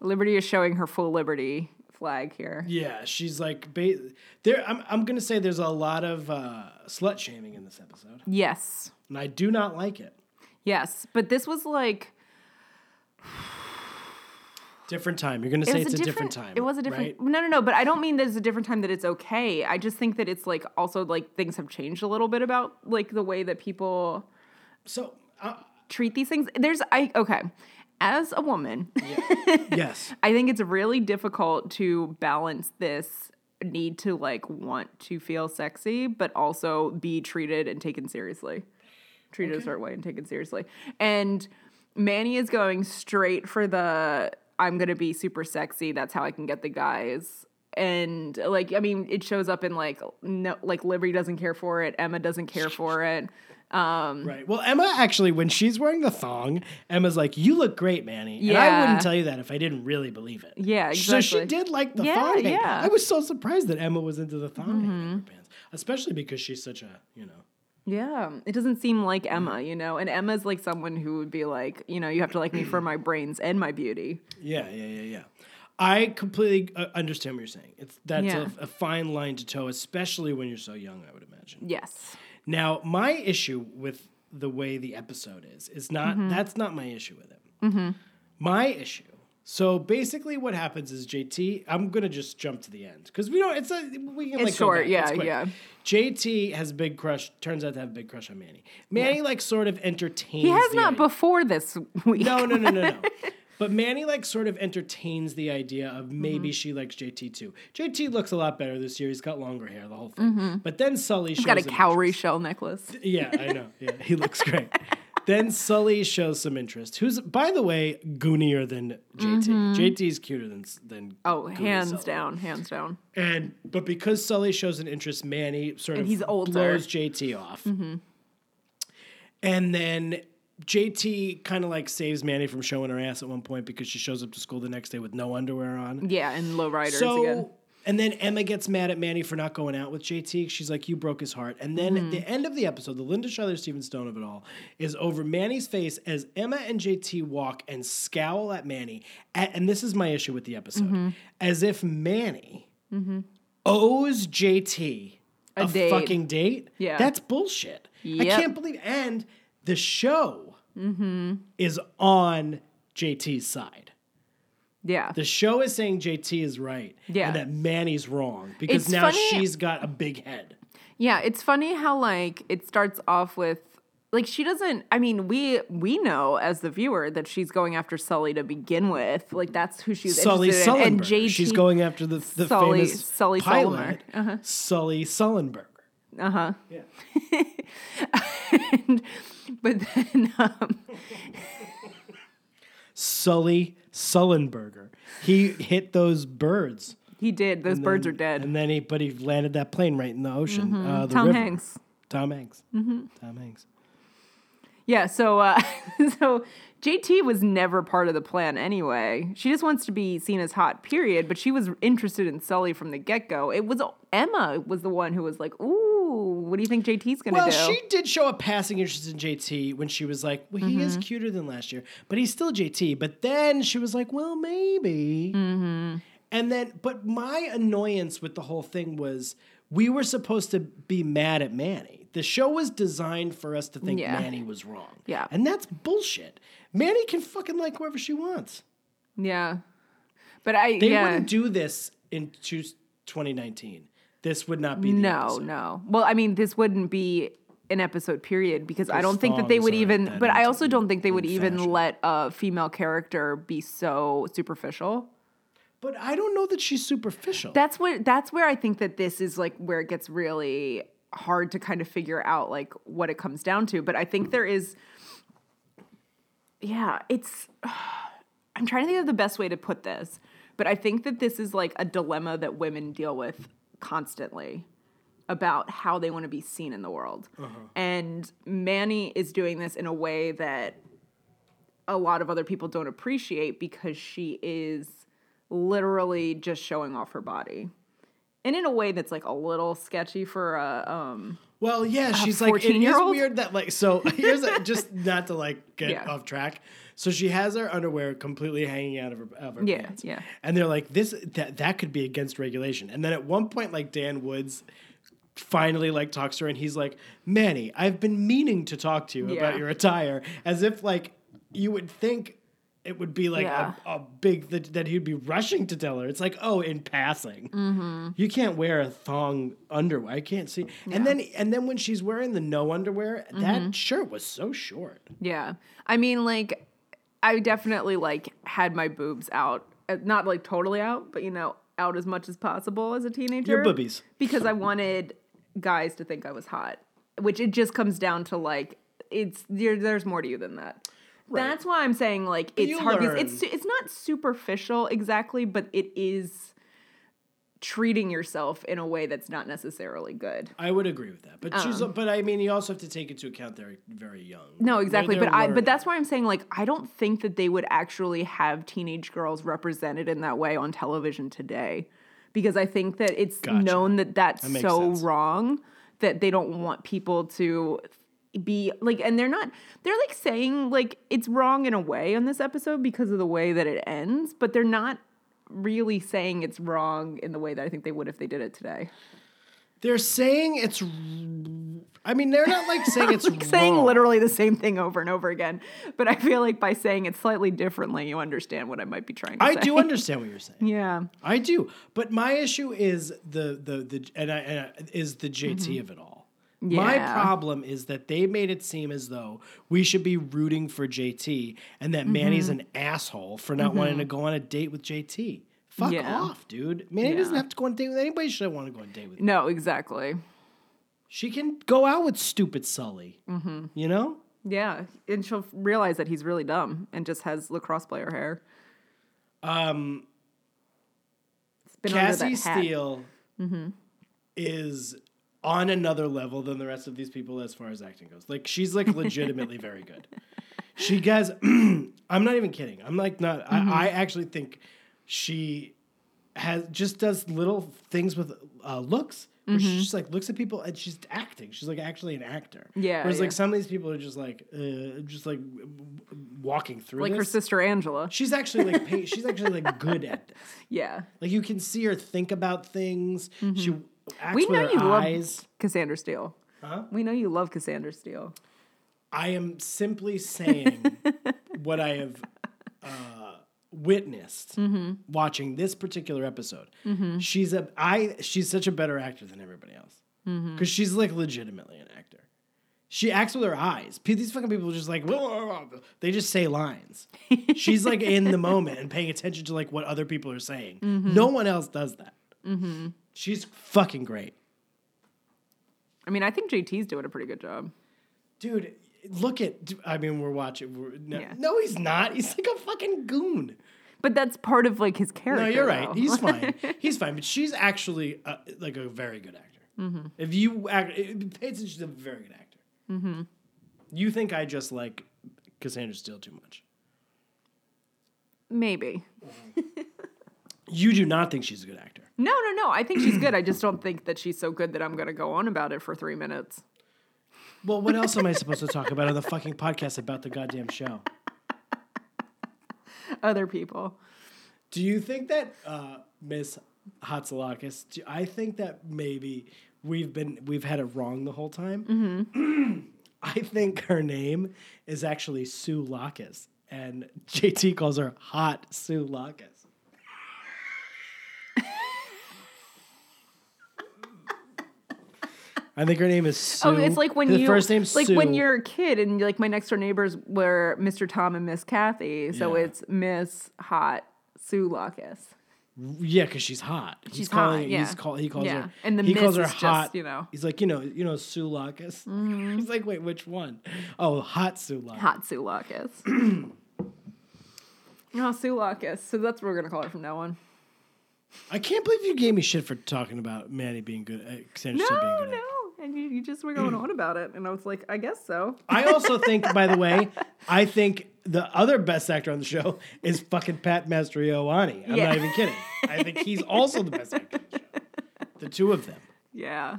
Speaker 2: Liberty is showing her full Liberty flag here.
Speaker 1: Um, Yeah, she's like ba- there. I'm I'm gonna say there's a lot of uh, slut shaming in this episode,
Speaker 2: Yes,
Speaker 1: and I do not like it.
Speaker 2: yes. But this was like
Speaker 1: Different time. You're gonna say it's a different, time.
Speaker 2: It was a different.
Speaker 1: right?
Speaker 2: No, no, no. But I don't mean that it's a different time that it's okay. I just think that it's like also like things have changed a little bit about like the way that people
Speaker 1: So uh,
Speaker 2: treat these things. There's I okay. As a woman,
Speaker 1: yes,
Speaker 2: I think it's really difficult to balance this need to like want to feel sexy, but also be treated and taken seriously. Treated a certain way and taken seriously. And Manny is going straight for the I'm gonna be super sexy, that's how I can get the guys. And like, I mean, it shows up in like no like Liberty doesn't care for it, Emma doesn't care for it.
Speaker 1: right. Well, Emma actually, when she's wearing the thong, Emma's like, "You look great, Manny." And I
Speaker 2: Yeah.
Speaker 1: wouldn't tell you that if I didn't really believe it.
Speaker 2: Yeah,
Speaker 1: So she
Speaker 2: exactly.
Speaker 1: did like the
Speaker 2: Yeah,
Speaker 1: thong. thing.
Speaker 2: yeah. Mm-hmm.
Speaker 1: I was so surprised that Emma was into the thong thing in her pants, especially because she's such a you know.
Speaker 2: Yeah, it doesn't seem like Emma, you know. And Emma's like someone who would be like, you know, you have to like me for my brains and my beauty.
Speaker 1: Yeah, yeah, yeah, yeah. I completely uh, understand what you're saying. It's that's
Speaker 2: Yeah.
Speaker 1: a, a fine line to toe, especially when you're so young. I would imagine.
Speaker 2: Yes.
Speaker 1: Now, my issue with the way the episode is is not
Speaker 2: Mm-hmm.
Speaker 1: that's not my issue with it. My issue. So basically, what happens is JT. I'm gonna just jump to the end because we don't. It's a we can
Speaker 2: It's
Speaker 1: like go
Speaker 2: short,
Speaker 1: back,
Speaker 2: yeah,
Speaker 1: it's quick.
Speaker 2: yeah.
Speaker 1: JT has a big crush. Turns out to have a big crush on Manny. Manny like sort of entertains.
Speaker 2: He has
Speaker 1: the
Speaker 2: not
Speaker 1: idea.
Speaker 2: before this week.
Speaker 1: No, no, no, no, no. But Manny like sort of entertains the idea of
Speaker 2: Mm-hmm.
Speaker 1: maybe she likes JT too. JT looks a lot better this year. He's got longer hair, the whole thing. But then Sully
Speaker 2: Mm-hmm. He's got a
Speaker 1: shows him-
Speaker 2: cowrie shell necklace.
Speaker 1: yeah, I know. Yeah, he looks great. then Sully shows some interest. Who's, by the way, goonier than JT. JT's cuter than than.
Speaker 2: Mm-hmm. Oh,
Speaker 1: Goonie
Speaker 2: hands
Speaker 1: Sully.
Speaker 2: down, hands down.
Speaker 1: And but because Sully shows an interest, Manny sort
Speaker 2: And
Speaker 1: of
Speaker 2: he's older. Mm-hmm.
Speaker 1: blows JT off. And then JT kind of like saves Manny from showing her ass at one point because she shows up to school the next day with no underwear on.
Speaker 2: Yeah, and lowriders
Speaker 1: So,
Speaker 2: again.
Speaker 1: and then Emma gets mad at Manny for not going out with JT. She's like, "You broke his heart." And then at
Speaker 2: Mm-hmm.
Speaker 1: the end of the episode, the Linda Schuyler Steven Stone of it all is over Manny's face as Emma and JT walk and scowl at Manny. A- and this is my issue with the episode,
Speaker 2: Mm-hmm.
Speaker 1: as if Manny owes JT a,
Speaker 2: date.
Speaker 1: fucking date.
Speaker 2: Yeah.
Speaker 1: that's bullshit. I
Speaker 2: Yep. Mm-hmm.
Speaker 1: can't believe. And the show is on JT's side
Speaker 2: Yeah.
Speaker 1: the show is saying JT is right
Speaker 2: Yeah.
Speaker 1: and that Manny's wrong because
Speaker 2: It's
Speaker 1: now
Speaker 2: funny-
Speaker 1: she's got a big head.
Speaker 2: Yeah, it's funny how like it starts off with like she doesn't I mean, we we know as the viewer that she's going after Sully to begin with. Like that's who she's
Speaker 1: Sully
Speaker 2: interested in. And
Speaker 1: Sullenberger.
Speaker 2: JT
Speaker 1: she's going after the, the
Speaker 2: Sully-
Speaker 1: famous
Speaker 2: Sully
Speaker 1: pilot,
Speaker 2: Sulmer. Uh-huh.
Speaker 1: Sully Sullenberger.
Speaker 2: but then um,
Speaker 1: Sully Sullenberger. He hit those birds.
Speaker 2: he did. Those birds are dead. Mm-hmm.
Speaker 1: And then he, but he landed that plane right in the ocean. Uh, the
Speaker 2: Tom
Speaker 1: river.
Speaker 2: Hanks. Mm-hmm.
Speaker 1: Tom Hanks. Tom Hanks.
Speaker 2: Yeah, so uh, so JT was never part of the plan anyway. She just wants to be seen as hot, period. But she was interested in Sully from the get go. It was Emma was the one who was like, "Ooh, what do you think JT's gonna
Speaker 1: Well,
Speaker 2: do?"
Speaker 1: she did show a passing interest in JT when she was like, "Well, he
Speaker 2: Mm-hmm.
Speaker 1: is cuter than last year, but he's still JT." But then she was like, "Well, maybe."
Speaker 2: Mm-hmm.
Speaker 1: And then, but my annoyance with the whole thing was we were supposed to be mad at Manny. The show was designed for us to think
Speaker 2: Yeah.
Speaker 1: Manny was wrong.
Speaker 2: Yeah.
Speaker 1: and that's bullshit. Manny can fucking like whoever she wants.
Speaker 2: yeah, but I
Speaker 1: They
Speaker 2: yeah
Speaker 1: wouldn't do this in two- 2019. This would not be the
Speaker 2: no
Speaker 1: episode.
Speaker 2: no. Well, I mean, this wouldn't be an episode period because I don't think that they
Speaker 1: thongs
Speaker 2: would
Speaker 1: aren't
Speaker 2: even.
Speaker 1: that
Speaker 2: But I
Speaker 1: into-
Speaker 2: also don't think they would
Speaker 1: in
Speaker 2: even
Speaker 1: fashion.
Speaker 2: let a female character be so superficial.
Speaker 1: But I don't know that she's superficial.
Speaker 2: that's where that's where I think that this is like where it gets really hard to kind of figure out like what it comes down to. But I think there is, yeah, it's. I'm trying to think of the best way to put this, but I think that this is like a dilemma that women deal with constantly about how they want to be seen in the world. And Manny is doing this in a way that a lot of other people don't appreciate because she is literally just showing off her body. And in a way that's like a little sketchy for a um
Speaker 1: Well, yeah, she's like it is
Speaker 2: 14-year-old?
Speaker 1: weird that like so here's a, just not to like get
Speaker 2: Yeah.
Speaker 1: off track. So she has her underwear completely hanging out of her, of her
Speaker 2: Yeah,
Speaker 1: pants.
Speaker 2: yeah.
Speaker 1: And they're like this that that could be against regulation. And then at one point like Dan Woods finally like talks to her and he's like, "Manny, I've been meaning to talk to you
Speaker 2: Yeah.
Speaker 1: about your attire." As if like you would think it would be like
Speaker 2: Yeah.
Speaker 1: a, a big that, that he'd be rushing to tell her. It's like, oh, in passing,
Speaker 2: Mm-hmm.
Speaker 1: you can't wear a thong underwear. I can't see. And then and then when she's wearing the no underwear,
Speaker 2: Mm-hmm.
Speaker 1: that shirt was so short.
Speaker 2: Yeah. I mean, like, I definitely like had my boobs out, Uh, not like totally out, but you know, out as much as possible as a teenager.
Speaker 1: boobies.
Speaker 2: Because I wanted guys to think I was hot, which it just comes down to like, it's there, there's more to you than that. That's why I'm saying like it's
Speaker 1: you
Speaker 2: hard. because
Speaker 1: learn.
Speaker 2: It's it's not superficial exactly, but it is treating yourself in a way that's not necessarily good.
Speaker 1: I would agree with that.
Speaker 2: Oh.
Speaker 1: But she's but I mean you also have to take into account they're very young.
Speaker 2: No,
Speaker 1: They're-
Speaker 2: exactly.
Speaker 1: they're
Speaker 2: But I but
Speaker 1: learning.
Speaker 2: that's why I'm saying like I don't think that they would actually have teenage girls represented in that way on television today because I think that it's
Speaker 1: Gotcha.
Speaker 2: known that that's
Speaker 1: makes
Speaker 2: so
Speaker 1: sense.
Speaker 2: wrong that they don't want people to be like and they're not they're like saying like it's wrong in a way on this episode because of the way that it ends, but they're not really saying it's wrong in the way that I think they would if they did it today.
Speaker 1: they're saying it's r- I mean they're not like saying it's
Speaker 2: like saying
Speaker 1: wrong.
Speaker 2: literally the same thing over and over again. But I feel like by saying it slightly differently, you understand what I might be trying to
Speaker 1: I
Speaker 2: say.
Speaker 1: do understand what you're saying.
Speaker 2: Yeah.
Speaker 1: I do, but my issue is the the the and, I, and I, is the JT of it all. My
Speaker 2: Mm-hmm. Yeah.
Speaker 1: problem is that they made it seem as though we should be rooting for JT and that Manny's
Speaker 2: Mm-hmm.
Speaker 1: an asshole for not wanting to go on a date with JT. Fuck
Speaker 2: Yeah.
Speaker 1: off, dude. Manny
Speaker 2: Yeah.
Speaker 1: doesn't have to go on a date with anybody. Should want to go on a date with.
Speaker 2: No, exactly.
Speaker 1: She can go out with stupid Sully.
Speaker 2: Mm-hmm.
Speaker 1: You know.
Speaker 2: Yeah. And she'll realize that he's really dumb and just has lacrosse player hair.
Speaker 1: Um,
Speaker 2: It's been under
Speaker 1: Cassie
Speaker 2: that hat. Mm-hmm.
Speaker 1: Steele is on another level than the rest of these people as far as acting goes. Like she's like legitimately very good. She guys, I'm not even kidding. I'm like not.
Speaker 2: Mm-hmm.
Speaker 1: I, I actually think she has just does little things with uh, looks. Where
Speaker 2: Mm-hmm.
Speaker 1: She just like looks at people and she's acting. She's like actually an actor.
Speaker 2: Yeah,
Speaker 1: Whereas
Speaker 2: yeah.
Speaker 1: like some of these people are just like uh, just like w- w- walking through.
Speaker 2: Like her
Speaker 1: this.
Speaker 2: sister Angela.
Speaker 1: She's actually like pa- she's actually like good at this.
Speaker 2: Yeah.
Speaker 1: Like you can see her think about things. She acts
Speaker 2: Mm-hmm. We
Speaker 1: with
Speaker 2: know
Speaker 1: her
Speaker 2: you
Speaker 1: eyes.
Speaker 2: love Cassandra Steele.
Speaker 1: Uh-huh.
Speaker 2: We know you love Cassandra Steele.
Speaker 1: I am simply saying what I have uh, witnessed
Speaker 2: Mm-hmm.
Speaker 1: watching this particular episode. She's a I. She's such a better actor than everybody else because
Speaker 2: Mm-hmm.
Speaker 1: she's like legitimately an actor. She acts with her eyes. P- These fucking people are just like they just say lines. She's like in the moment and paying attention to like what other people are saying.
Speaker 2: Mm-hmm.
Speaker 1: No one else does that. She's fucking great.
Speaker 2: I mean, I think JT's doing a pretty good job.
Speaker 1: Dude, look at. I mean, we're watching. We're, no,
Speaker 2: Yeah.
Speaker 1: no, he's not. He's like a fucking goon.
Speaker 2: But that's part of like his character.
Speaker 1: No, you're right.
Speaker 2: though.
Speaker 1: He's fine. He's fine. But she's actually uh, like a very good actor. If you act, it- Paige is just a very good actor. You think I just like Cassandra Steele too much?
Speaker 2: Maybe.
Speaker 1: You do not think she's a good actor.
Speaker 2: No, no, no. I think she's good. I just don't think that she's so good that I'm going to go on about it for three minutes.
Speaker 1: Well, what else am I supposed to talk about on the fucking podcast about the goddamn show?
Speaker 2: Other people.
Speaker 1: Do you think that uh, Miss Hatzalakis? Do, I think that maybe we've been we've had it wrong the whole time.
Speaker 2: Mm-hmm.
Speaker 1: I think her name is actually Sue Lacus, and JT calls her Hot Sue Lacus. I think her name is Sue.
Speaker 2: Oh, it's like when
Speaker 1: Her
Speaker 2: you
Speaker 1: first name's
Speaker 2: like
Speaker 1: Sue.
Speaker 2: when you're a kid and like my next door neighbors were Mr. Tom and Miss Kathy, so
Speaker 1: Yeah.
Speaker 2: it's Miss Hot Sue Lucas.
Speaker 1: Yeah, because she's hot. She's
Speaker 2: She's
Speaker 1: calling,
Speaker 2: hot, yeah.
Speaker 1: He's call, he calls
Speaker 2: Yeah.
Speaker 1: her.
Speaker 2: And the
Speaker 1: he
Speaker 2: miss
Speaker 1: calls her
Speaker 2: is just,
Speaker 1: hot.
Speaker 2: you know. Mm-hmm.
Speaker 1: He's like, you know, you know, Sue Lacus. He's like, wait, which one? Oh, hot Sue Lacus.
Speaker 2: Hot Sue Lucas. oh, Sue Lucas. So that's what we're gonna call her from now on.
Speaker 1: I can't believe you gave me shit for talking about Manny being good. Uh, Cassandra
Speaker 2: No,
Speaker 1: Steele being good.
Speaker 2: no.
Speaker 1: at-
Speaker 2: And you, you just were going on about it, and I was like, I guess so.
Speaker 1: I also think, by the way, I think the other best actor on the show is fucking Pat Mastroianni. I'm
Speaker 2: Yeah.
Speaker 1: not even kidding. I think he's also the best actor on the show. The two of them.
Speaker 2: Yeah,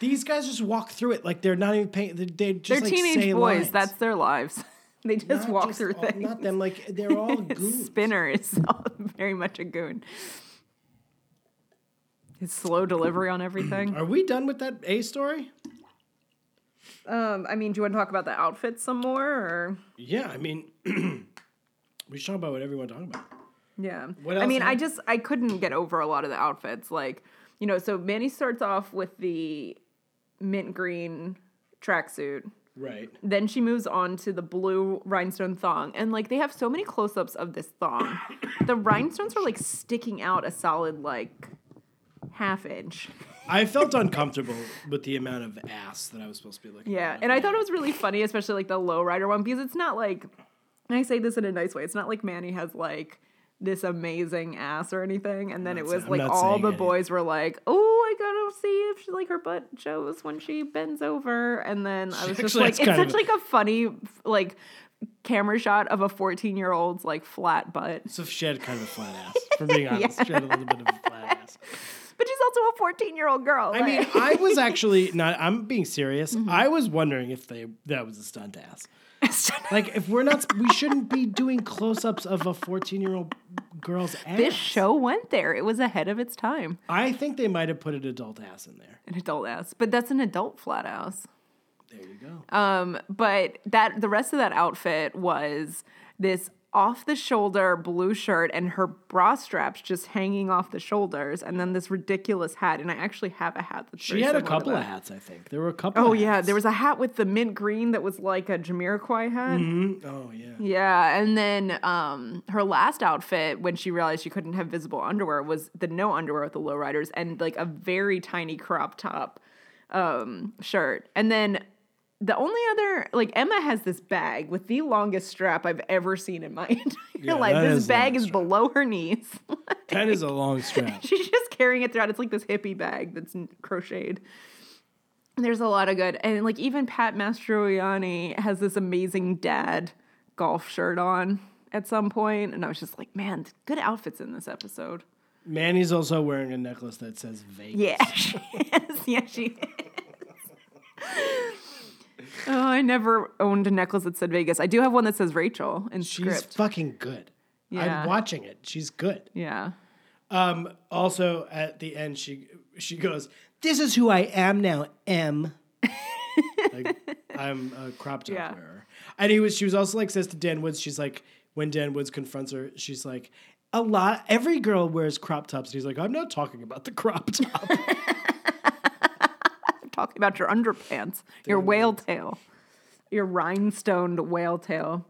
Speaker 1: These guys just walk through it like they're not even paying. They, they just
Speaker 2: they're
Speaker 1: like,
Speaker 2: teenage
Speaker 1: say
Speaker 2: boys.
Speaker 1: lines.
Speaker 2: That's their lives. they just
Speaker 1: Not
Speaker 2: walk
Speaker 1: just
Speaker 2: through
Speaker 1: all-
Speaker 2: things.
Speaker 1: Not them. Like they're all goons.
Speaker 2: Spinner is very much a goon. His slow delivery on everything.
Speaker 1: Are we done with that A story?
Speaker 2: Um, I mean, do you want to talk about the outfits some more? Or
Speaker 1: Yeah, I mean, We should talk about what everyone's talking about.
Speaker 2: Yeah.
Speaker 1: What
Speaker 2: I
Speaker 1: else
Speaker 2: mean,
Speaker 1: have-
Speaker 2: I just I couldn't get over a lot of the outfits. Like, you know, so Manny starts off with the mint green tracksuit.
Speaker 1: Right.
Speaker 2: Then she moves on to the blue rhinestone thong. And like they have so many close-ups of this thong. the rhinestones are like sticking out a solid like half inch.
Speaker 1: I felt uncomfortable with the amount of ass that I was supposed to be looking
Speaker 2: Yeah,
Speaker 1: at.
Speaker 2: and I thought it was really funny, especially like the low rider one, because it's not like, and I say this in a nice way, it's not like Manny has like this amazing ass or anything. And then it
Speaker 1: not
Speaker 2: was
Speaker 1: sa- I'm
Speaker 2: like
Speaker 1: not
Speaker 2: all
Speaker 1: saying
Speaker 2: the
Speaker 1: any-
Speaker 2: boys were like, oh, I gotta see if she, like her butt shows when she bends over. And then I was just
Speaker 1: Actually,
Speaker 2: like,
Speaker 1: that's
Speaker 2: it's
Speaker 1: kind of
Speaker 2: such
Speaker 1: a-
Speaker 2: like a funny like camera shot of a 14 year old's like flat butt.
Speaker 1: So she had kind of a flat ass, for being honest. She had a little bit of a flat ass.
Speaker 2: But she's also a 14 year old girl.
Speaker 1: I mean, I was actually not. I'm being serious.
Speaker 2: Mm-hmm.
Speaker 1: I was wondering if they that was a stunt ass. Like, if we're not, we shouldn't be doing close-ups of a 14-year-old girl's ass.
Speaker 2: this show went there, it was ahead of its time.
Speaker 1: I think they might have put an adult ass in there.
Speaker 2: An adult ass, but that's an adult flat ass.
Speaker 1: There you go.
Speaker 2: but that the rest of that outfit was this off the shoulder blue shirt and her bra straps just hanging off the shoulders and then this ridiculous hat and I actually have a hat that's
Speaker 1: she
Speaker 2: very
Speaker 1: had a
Speaker 2: similar to
Speaker 1: couple of
Speaker 2: that.
Speaker 1: hats, I think. There were a couple.
Speaker 2: Oh
Speaker 1: of
Speaker 2: yeah,
Speaker 1: hats.
Speaker 2: there was a hat with the mint green that was like a Jamiroquai hat.
Speaker 1: Oh yeah.
Speaker 2: Yeah, and then um, her last outfit when she realized she couldn't have visible underwear was the no underwear with the lowriders and like a very tiny crop top um, shirt. And then the only other like Emma has this bag with the longest strap I've ever seen in my entire
Speaker 1: Yeah,
Speaker 2: life.
Speaker 1: that
Speaker 2: This
Speaker 1: is the
Speaker 2: bag
Speaker 1: longest
Speaker 2: is
Speaker 1: strap.
Speaker 2: below her knees.
Speaker 1: That is a long strap.
Speaker 2: She's just carrying it throughout. It's like this hippie bag that's n- crocheted. There's a lot of good, and like even Pat Mastroianni has this amazing dad golf shirt on at some point, and I was just like, man, good outfits in this episode.
Speaker 1: Manny's also wearing a necklace that says Vegas.
Speaker 2: Yeah, she is. Yeah, she is. oh, I never owned a necklace that said Vegas. I do have one that says Rachel in
Speaker 1: She's
Speaker 2: script.
Speaker 1: fucking good.
Speaker 2: Yeah.
Speaker 1: I'm watching it. She's good.
Speaker 2: yeah.
Speaker 1: Um, also at the end, she she goes, "This is who I am now, M." like, I'm a crop top
Speaker 2: Yeah.
Speaker 1: wearer, and he was. She was also like says to Dan Woods, she's like, when Dan Woods confronts her, she's like, a lot. Every girl wears crop tops. And he's like, I'm not talking about the crop top.
Speaker 2: talking about your underpants, your whale tail, your rhinestoned whale tail.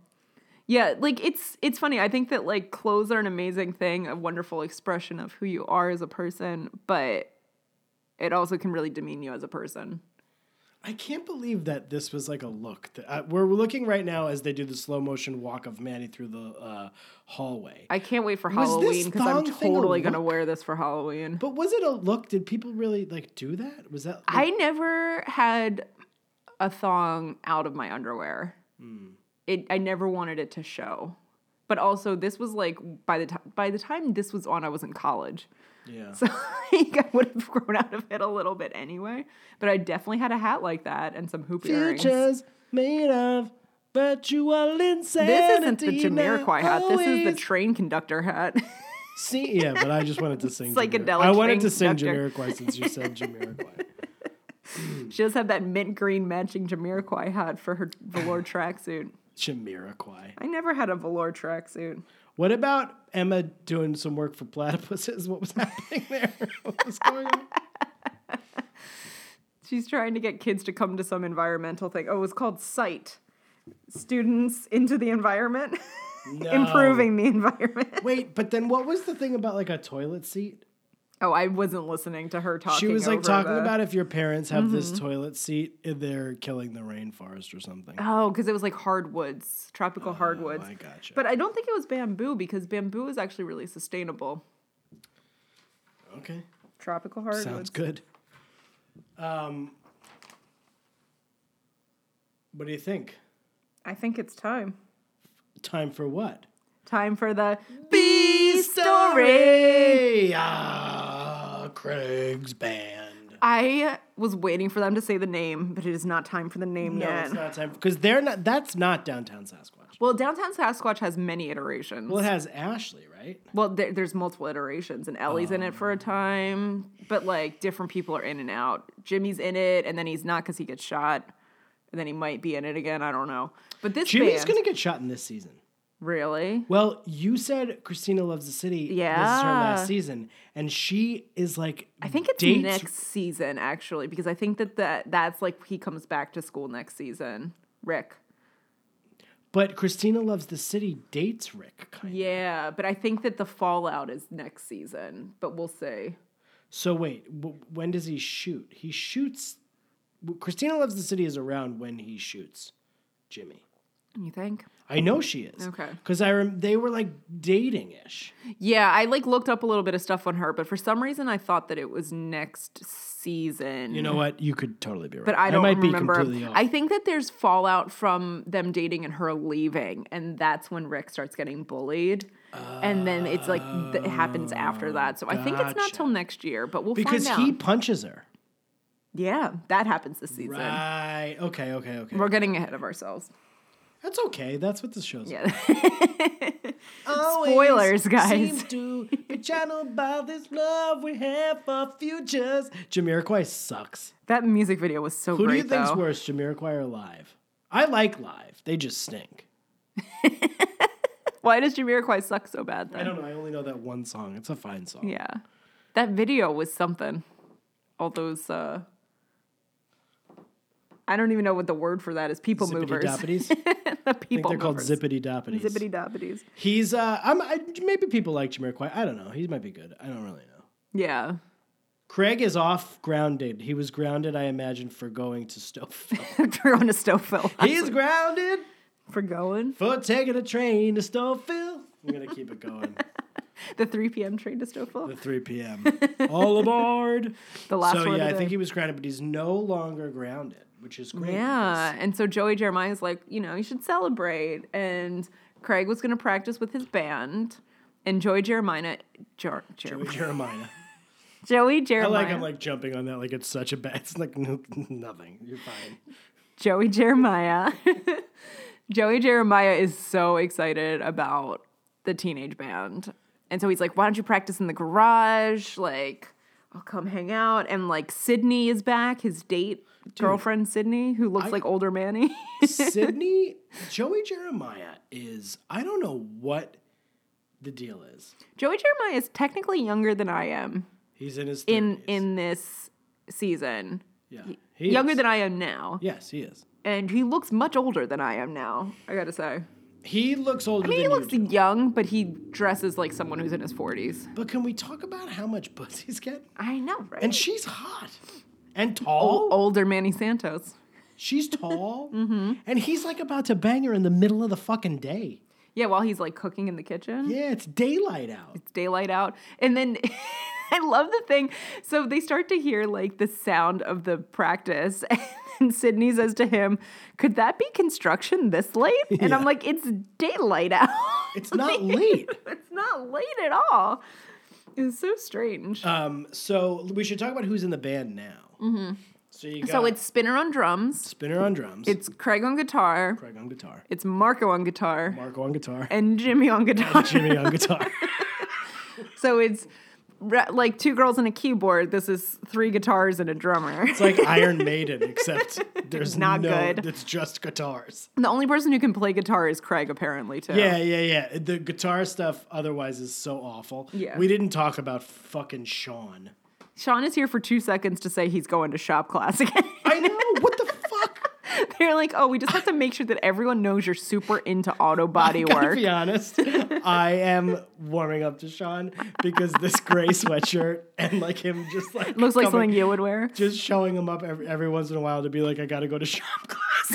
Speaker 2: Yeah, like it's it's funny. I think that like clothes are an amazing thing, a wonderful expression of who you are as a person, but it also can really demean you as a person.
Speaker 1: I can't believe that this was like a look. That, uh, we're looking right now as they do the slow motion walk of Manny through the uh, hallway.
Speaker 2: I can't wait for
Speaker 1: Was this
Speaker 2: Halloween because I'm
Speaker 1: thong thing a
Speaker 2: totally gonna
Speaker 1: look?
Speaker 2: wear this for Halloween.
Speaker 1: But was it a look? Did people really like do that? Was that?
Speaker 2: I never had a thong out of my underwear. It I never wanted it to show. But also this was like by the time by the time this was on I was in college.
Speaker 1: yeah.
Speaker 2: So like, I would have grown out of it a little bit anyway. But I definitely had a hat like that and some hoop earrings.
Speaker 1: Futures made of virtual insanity.
Speaker 2: This isn't the
Speaker 1: now
Speaker 2: Jamiroquai hat. This is the
Speaker 1: always.
Speaker 2: train conductor hat.
Speaker 1: See, yeah, but I just wanted to sing.
Speaker 2: Psychedelic
Speaker 1: Jamiro- I wanted to
Speaker 2: train
Speaker 1: sing
Speaker 2: conductor.
Speaker 1: Jamiroquai since you said Jamiroquai.
Speaker 2: she does have that mint green matching Jamiroquai hat for her velour tracksuit.
Speaker 1: Jamiroquai.
Speaker 2: I never had a velour tracksuit.
Speaker 1: What about Emma doing some work for platypuses? What was happening there? What was going on?
Speaker 2: She's trying to get kids to come to some environmental thing. Oh, it was called Sight. Students into the environment, improving the environment.
Speaker 1: Wait, but then what was the thing about like a toilet seat?
Speaker 2: Oh, I wasn't listening to her talking.
Speaker 1: She was like
Speaker 2: over Mm-hmm.
Speaker 1: talking
Speaker 2: the-
Speaker 1: about if your parents have this toilet seat, they're killing the rainforest or something.
Speaker 2: Oh, because it was like hardwoods, tropical hardwoods.
Speaker 1: Oh, I gotcha.
Speaker 2: But I don't think it was bamboo because bamboo is actually really sustainable.
Speaker 1: okay.
Speaker 2: Tropical hardwoods.
Speaker 1: Sounds good. Um, what do you think?
Speaker 2: I think it's time.
Speaker 1: Time for what?
Speaker 2: Time for the B story.
Speaker 1: Hey, ah, Craig's band.
Speaker 2: I was waiting for them to say the name, but it is not time for the name
Speaker 1: No,
Speaker 2: yet.
Speaker 1: it's not time because they're not. That's not downtown Sasquatch.
Speaker 2: Well, Downtown Sasquatch has many iterations.
Speaker 1: Well, it has Ashley, right?
Speaker 2: Well, there, there's multiple iterations, and Ellie's in it
Speaker 1: Oh.
Speaker 2: for a time, but like different people are in and out. Jimmy's in it, and then he's not because he gets shot, and then he might be in it again. I don't know. But this
Speaker 1: Jimmy's
Speaker 2: band,
Speaker 1: gonna get shot in this season.
Speaker 2: Really?
Speaker 1: Well, you said Christina Loves the City. This is her
Speaker 2: Yeah.
Speaker 1: last season. And she is like,
Speaker 2: I think it's
Speaker 1: dates-
Speaker 2: next season actually because I think that that that's like he comes back to school next season. Rick.
Speaker 1: But Christina Loves the City dates Rick, kind of.
Speaker 2: Yeah, but I think that the fallout is next season, but we'll see.
Speaker 1: So wait, w- when does he shoot? He shoots. w- Christina Loves the City is around when he shoots Jimmy.
Speaker 2: You think?
Speaker 1: I know she is.
Speaker 2: Okay.
Speaker 1: Because I rem- they were like dating ish.
Speaker 2: Yeah, I like looked up a little bit of stuff on her, but for some reason I thought that it was next season.
Speaker 1: You know what? You could totally be right.
Speaker 2: but I don't
Speaker 1: might
Speaker 2: remember.
Speaker 1: Be completely off.
Speaker 2: I think that there's fallout from them dating and her leaving, and that's when Rick starts getting bullied. and then it's like th- it happens after that. So I think it's not
Speaker 1: Oh, gotcha.
Speaker 2: till next year, but we'll
Speaker 1: because
Speaker 2: find out.
Speaker 1: he punches her.
Speaker 2: yeah, that happens this season.
Speaker 1: Right. Okay. Okay. Okay.
Speaker 2: We're getting ahead of ourselves.
Speaker 1: That's okay. That's what this show's.
Speaker 2: Yeah.
Speaker 1: Always
Speaker 2: Spoilers, guys.
Speaker 1: Seem to be channeled by this love we have for futures. Jamiroquai sucks.
Speaker 2: that music video was so
Speaker 1: Who
Speaker 2: great.
Speaker 1: do you think's
Speaker 2: though.
Speaker 1: worse, Jamiroquai or Live? I like Live. They just stink.
Speaker 2: Why does Jamiroquai suck so bad
Speaker 1: I
Speaker 2: then?
Speaker 1: don't know. I only know that one song. It's a fine song.
Speaker 2: Yeah. That video was something. All those uh I don't even know what the word for that is. People
Speaker 1: Zippity
Speaker 2: movers.
Speaker 1: doppities. I
Speaker 2: the
Speaker 1: think
Speaker 2: people
Speaker 1: they're called
Speaker 2: movers.
Speaker 1: zippity doppities.
Speaker 2: zippity doppities.
Speaker 1: He's uh, I'm I, maybe people like Jamiroquai. I don't know. He might be good. I don't really know.
Speaker 2: Yeah.
Speaker 1: Craig is off grounded. He was grounded, I imagine, for going to Stouffville.
Speaker 2: We're on a Stouffville.
Speaker 1: He's grounded
Speaker 2: For going.
Speaker 1: for taking a train to Stouffville. I'm gonna keep it going.
Speaker 2: The 3 p.m. train to Stouffville.
Speaker 1: The 3 p.m. All aboard.
Speaker 2: The last
Speaker 1: so
Speaker 2: one.
Speaker 1: yeah,
Speaker 2: of
Speaker 1: I
Speaker 2: the-
Speaker 1: think he was grounded, but he's no longer grounded, which is great.
Speaker 2: Yeah.
Speaker 1: because-
Speaker 2: And so Joey Jeremiah's like, you know, you should celebrate. And Craig was going to practice with his band. And Joey Jeremiah. Jer- Jeremiah.
Speaker 1: With Jeremiah.
Speaker 2: Joey
Speaker 1: I
Speaker 2: Jeremiah.
Speaker 1: like I'm like jumping on that like it's such a bad. It's like no, nothing. You're fine.
Speaker 2: Joey Jeremiah. Joey Jeremiah is so excited about the teenage band. And so he's like, why don't you practice in the garage? Like, I'll come hang out. And like, Sydney is back, his date girlfriend, Sydney, who looks like older Manny.
Speaker 1: Sydney, Joey Jeremiah is, I don't know what the deal is.
Speaker 2: Joey Jeremiah is technically younger than I am
Speaker 1: He's in his 30s.
Speaker 2: in, in this season.
Speaker 1: yeah. He
Speaker 2: younger
Speaker 1: is.
Speaker 2: than I am now.
Speaker 1: Yes, he is.
Speaker 2: And he looks much older than I am now, I gotta say.
Speaker 1: He looks older
Speaker 2: I mean, he
Speaker 1: than
Speaker 2: looks
Speaker 1: you. do.
Speaker 2: young, but he dresses like someone who's in his 40s.
Speaker 1: But can we talk about how much pussy he's getting?
Speaker 2: I know, right?
Speaker 1: And she's hot and tall.
Speaker 2: older Manny Santos.
Speaker 1: She's tall. mm-hmm. And he's like about to bang her in the middle of the fucking day.
Speaker 2: Yeah, while he's like cooking in the kitchen.
Speaker 1: Yeah, it's daylight out.
Speaker 2: It's daylight out. And then I love the thing. So they start to hear like the sound of the practice. And Sydney says to him, Could that be construction this late? And I'm
Speaker 1: Yeah.
Speaker 2: like, It's daylight out.
Speaker 1: It's not late.
Speaker 2: it's not late at all. It's so strange.
Speaker 1: Um, so we should talk about who's in the band now. Mm-hmm. So you got
Speaker 2: so it's Spinner on drums,
Speaker 1: Spinner on drums,
Speaker 2: it's Craig on guitar,
Speaker 1: Craig on guitar,
Speaker 2: it's Marco on guitar,
Speaker 1: Marco on guitar,
Speaker 2: and Jimmy on guitar.
Speaker 1: Jimmy on guitar.
Speaker 2: So it's re- like two girls and a keyboard. This is three guitars and a drummer.
Speaker 1: It's like Iron Maiden, except there's
Speaker 2: Not
Speaker 1: no,
Speaker 2: good.
Speaker 1: It's just guitars.
Speaker 2: the only person who can play guitar is Craig, apparently, too.
Speaker 1: Yeah, yeah, yeah. The guitar stuff otherwise is so awful.
Speaker 2: Yeah.
Speaker 1: We didn't talk about fucking Sean.
Speaker 2: Sean is here for two seconds to say he's going to shop class again.
Speaker 1: I know. What the fuck?
Speaker 2: They're like, oh, we just have to make sure that everyone knows you're super into auto body
Speaker 1: To
Speaker 2: work.
Speaker 1: be honest, I am warming up to Sean because this gray sweatshirt and like him just like
Speaker 2: Looks like
Speaker 1: coming-
Speaker 2: something you would wear.
Speaker 1: just showing him up every, every once in a while to be like, I gotta go to shop class.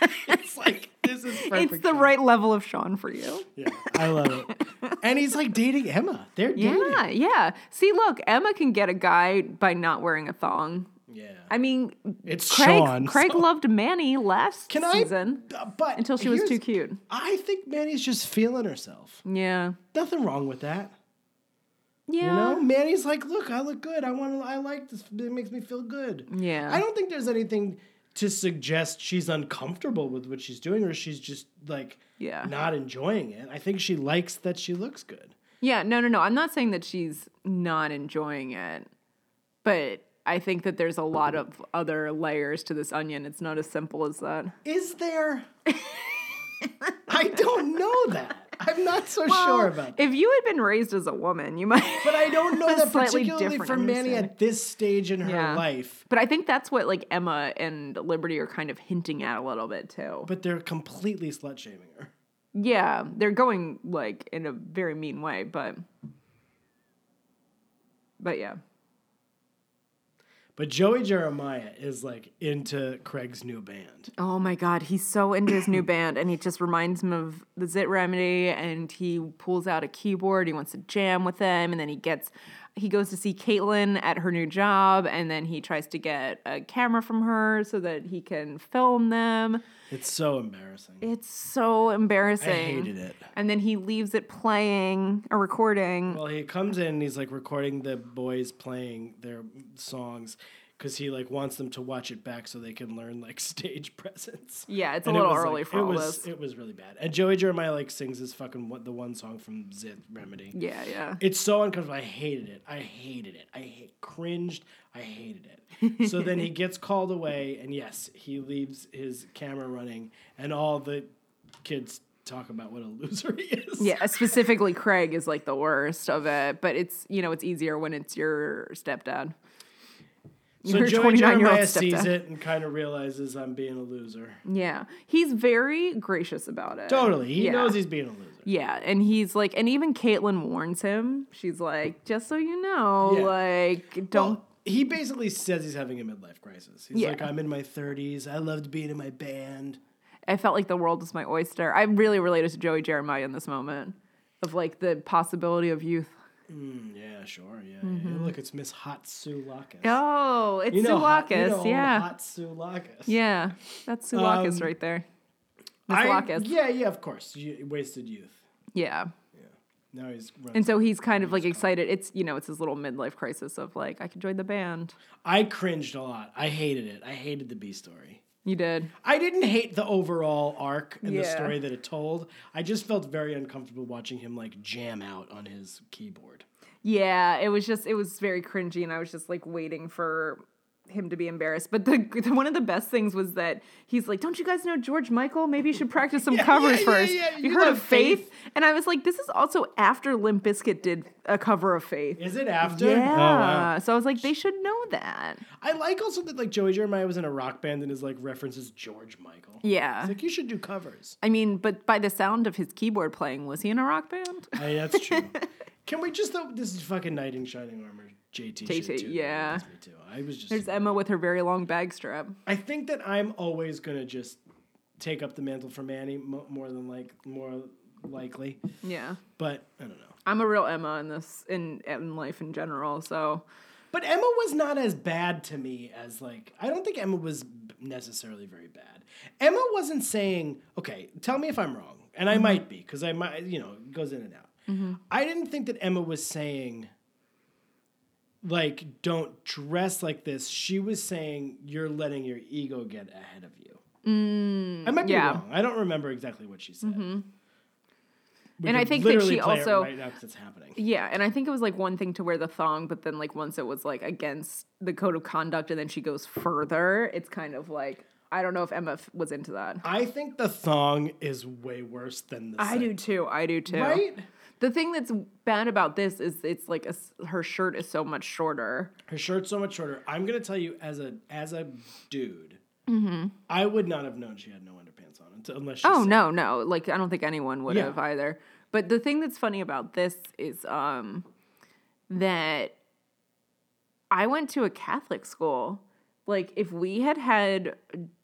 Speaker 1: Like, it's like this is perfect.
Speaker 2: It's the
Speaker 1: Sean.
Speaker 2: right level of Sean for you.
Speaker 1: Yeah, I love it. And he's like dating Emma. They're dating.
Speaker 2: Yeah, yeah. See, look, Emma can get a guy by not wearing a thong.
Speaker 1: Yeah.
Speaker 2: I mean,
Speaker 1: It's
Speaker 2: Craig,
Speaker 1: Sean.
Speaker 2: Craig
Speaker 1: so-
Speaker 2: loved Manny last
Speaker 1: Can I-
Speaker 2: season
Speaker 1: Uh, but
Speaker 2: until she was
Speaker 1: here's-
Speaker 2: too cute.
Speaker 1: I think Manny's just feeling herself.
Speaker 2: Yeah.
Speaker 1: Nothing wrong with that.
Speaker 2: Yeah.
Speaker 1: You know, Manny's like, look, I look good. I want to. I like this. It makes me feel good.
Speaker 2: Yeah.
Speaker 1: I don't think there's anything to suggest she's uncomfortable with what she's doing, or she's just like,
Speaker 2: Yeah.
Speaker 1: not enjoying it. I think she likes that she looks good.
Speaker 2: Yeah, no, no, no. I'm not saying that she's not enjoying it, but I think that there's a lot of other layers to this onion. It's not as simple as that.
Speaker 1: Is there? I don't know that. I'm not so
Speaker 2: Well,
Speaker 1: sure about that.
Speaker 2: If you had been raised as a woman, you might.
Speaker 1: But I don't know
Speaker 2: have a
Speaker 1: that
Speaker 2: slightly
Speaker 1: particularly
Speaker 2: different
Speaker 1: for Manny
Speaker 2: understanding.
Speaker 1: at this stage in her
Speaker 2: Yeah.
Speaker 1: life.
Speaker 2: But I think that's what like Emma and Liberty are kind of hinting at a little bit too.
Speaker 1: But they're completely slut shaming her.
Speaker 2: yeah, they're going like in a very mean way, but but yeah.
Speaker 1: But Joey Jeremiah is like into Craig's new band.
Speaker 2: Oh my god, he's so into his new band and he just reminds him of the Zit Remedy and he pulls out a keyboard, he wants to jam with them, and then he gets he goes to see Caitlin at her new job and then he tries to get a camera from her so that he can film them.
Speaker 1: It's so embarrassing.
Speaker 2: It's so embarrassing.
Speaker 1: I hated it.
Speaker 2: And then he leaves it playing a recording.
Speaker 1: Well, he comes in and he's like recording the boys playing their songs because he like wants them to watch it back so they can learn like stage presence.
Speaker 2: yeah, it's a
Speaker 1: And
Speaker 2: little
Speaker 1: it was,
Speaker 2: early
Speaker 1: like,
Speaker 2: for
Speaker 1: it
Speaker 2: all
Speaker 1: was,
Speaker 2: this.
Speaker 1: It was really bad. And Joey Jeremiah like sings his fucking one, the one song from Zit Remedy.
Speaker 2: yeah, yeah.
Speaker 1: It's so uncomfortable. I hated it. I hated it. I hate, cringed. I hated it. so then he gets called away, and yes, he leaves his camera running, and all the kids talk about what a loser he is.
Speaker 2: Yeah, specifically Craig is like the worst of it, but it's you know it's easier when it's your stepdad.
Speaker 1: So
Speaker 2: Your
Speaker 1: Joey
Speaker 2: 29-year-old
Speaker 1: Jeremiah sees
Speaker 2: stepdad.
Speaker 1: it and kind of realizes I'm being a loser.
Speaker 2: Yeah, he's very gracious about it.
Speaker 1: Totally. He
Speaker 2: yeah.
Speaker 1: knows he's being a loser.
Speaker 2: Yeah, and he's like, and even Caitlin warns him. She's like, just so you know,
Speaker 1: Yeah.
Speaker 2: like, don't.
Speaker 1: Well, he basically says he's having a midlife crisis. He's
Speaker 2: Yeah.
Speaker 1: like, I'm in my 30s. I loved being in my band.
Speaker 2: I felt like the world was my oyster. I really related to Joey Jeremiah in this moment of like the possibility of youth.
Speaker 1: Mm, yeah, sure. Yeah, yeah.
Speaker 2: Mm-hmm.
Speaker 1: Look, it's Miss Hot Sue Locus.
Speaker 2: Oh, it's
Speaker 1: You know, hot-
Speaker 2: Sulacus.
Speaker 1: you know old
Speaker 2: yeah.
Speaker 1: Hot Soulakis.
Speaker 2: Yeah, that's Sulacus right there. Miss
Speaker 1: I-
Speaker 2: Locus.
Speaker 1: Yeah, yeah, of course. You, wasted youth.
Speaker 2: Yeah.
Speaker 1: Now he's running.
Speaker 2: And so he's kind of like excited. It's, you know, it's his little midlife crisis of like, I could join the band.
Speaker 1: I cringed a lot. I hated it. I hated the B story.
Speaker 2: You did.
Speaker 1: I didn't hate the overall arc and the
Speaker 2: Yeah.
Speaker 1: story that it told. I just felt very uncomfortable watching him like jam out on his keyboard.
Speaker 2: Yeah, it was just, it was very cringy. And I was just like waiting for him to be embarrassed. But the, one of the best things was that he's like, don't you guys know George Michael? Maybe you should practice some
Speaker 1: yeah,
Speaker 2: covers
Speaker 1: yeah,
Speaker 2: first.
Speaker 1: yeah.
Speaker 2: You,
Speaker 1: You
Speaker 2: heard
Speaker 1: love
Speaker 2: of Faith?
Speaker 1: Faith.
Speaker 2: And I was like, this is also after Limp Bizkit did a cover of Faith.
Speaker 1: Is it after?
Speaker 2: Yeah.
Speaker 1: Oh, wow.
Speaker 2: So I was like, they should know that.
Speaker 1: I like also that like Joey Jeremiah was in a rock band and his like references George Michael.
Speaker 2: Yeah.
Speaker 1: It's like you should do covers.
Speaker 2: I mean, but by the sound of his keyboard playing, was he in a rock band?
Speaker 1: I mean, that's true. Can we just though? This is fucking knight in shining armor. JT. shit,
Speaker 2: JT,
Speaker 1: too.
Speaker 2: yeah.
Speaker 1: That's me too. I was just.
Speaker 2: There's Emma with her very long bag strap.
Speaker 1: I think that I'm always gonna just take up the mantle for Manny mo- more than like more likely,
Speaker 2: Yeah.
Speaker 1: but I don't know.
Speaker 2: I'm a real Emma in this in, in life in general, so
Speaker 1: But Emma was not as bad to me as like I don't think Emma was b- necessarily very bad. Emma wasn't saying, "Okay, tell me if I'm wrong," and
Speaker 2: Mm-hmm.
Speaker 1: I might be because I might, you know, it goes in and out. I didn't think that Emma was saying like don't dress like this. She was saying you're letting your ego get ahead of you. I might
Speaker 2: Mm, yeah. Mm-hmm.
Speaker 1: be wrong. I don't remember exactly what she said. We
Speaker 2: And I
Speaker 1: could
Speaker 2: think that
Speaker 1: literally
Speaker 2: she
Speaker 1: play it
Speaker 2: also-
Speaker 1: right now 'cause it's happening.
Speaker 2: yeah, and I think it was like one thing to wear the thong, but then like once it was like against the code of conduct and then she goes further, it's kind of like I don't know if Emma f- was into that.
Speaker 1: I think the thong is way worse than the
Speaker 2: I
Speaker 1: sex.
Speaker 2: do too. I do too.
Speaker 1: Right?
Speaker 2: The thing that's bad about this is it's like a s her shirt is so much shorter.
Speaker 1: Her shirt's so much shorter. I'm gonna tell you, as a as a dude, I would not have known she had no underpants on until, unless she.
Speaker 2: Mm-hmm. Oh
Speaker 1: said-
Speaker 2: no, no. Like I don't think anyone would
Speaker 1: Yeah.
Speaker 2: have either. But the thing that's funny about this is um that I went to a Catholic school. Like if we had had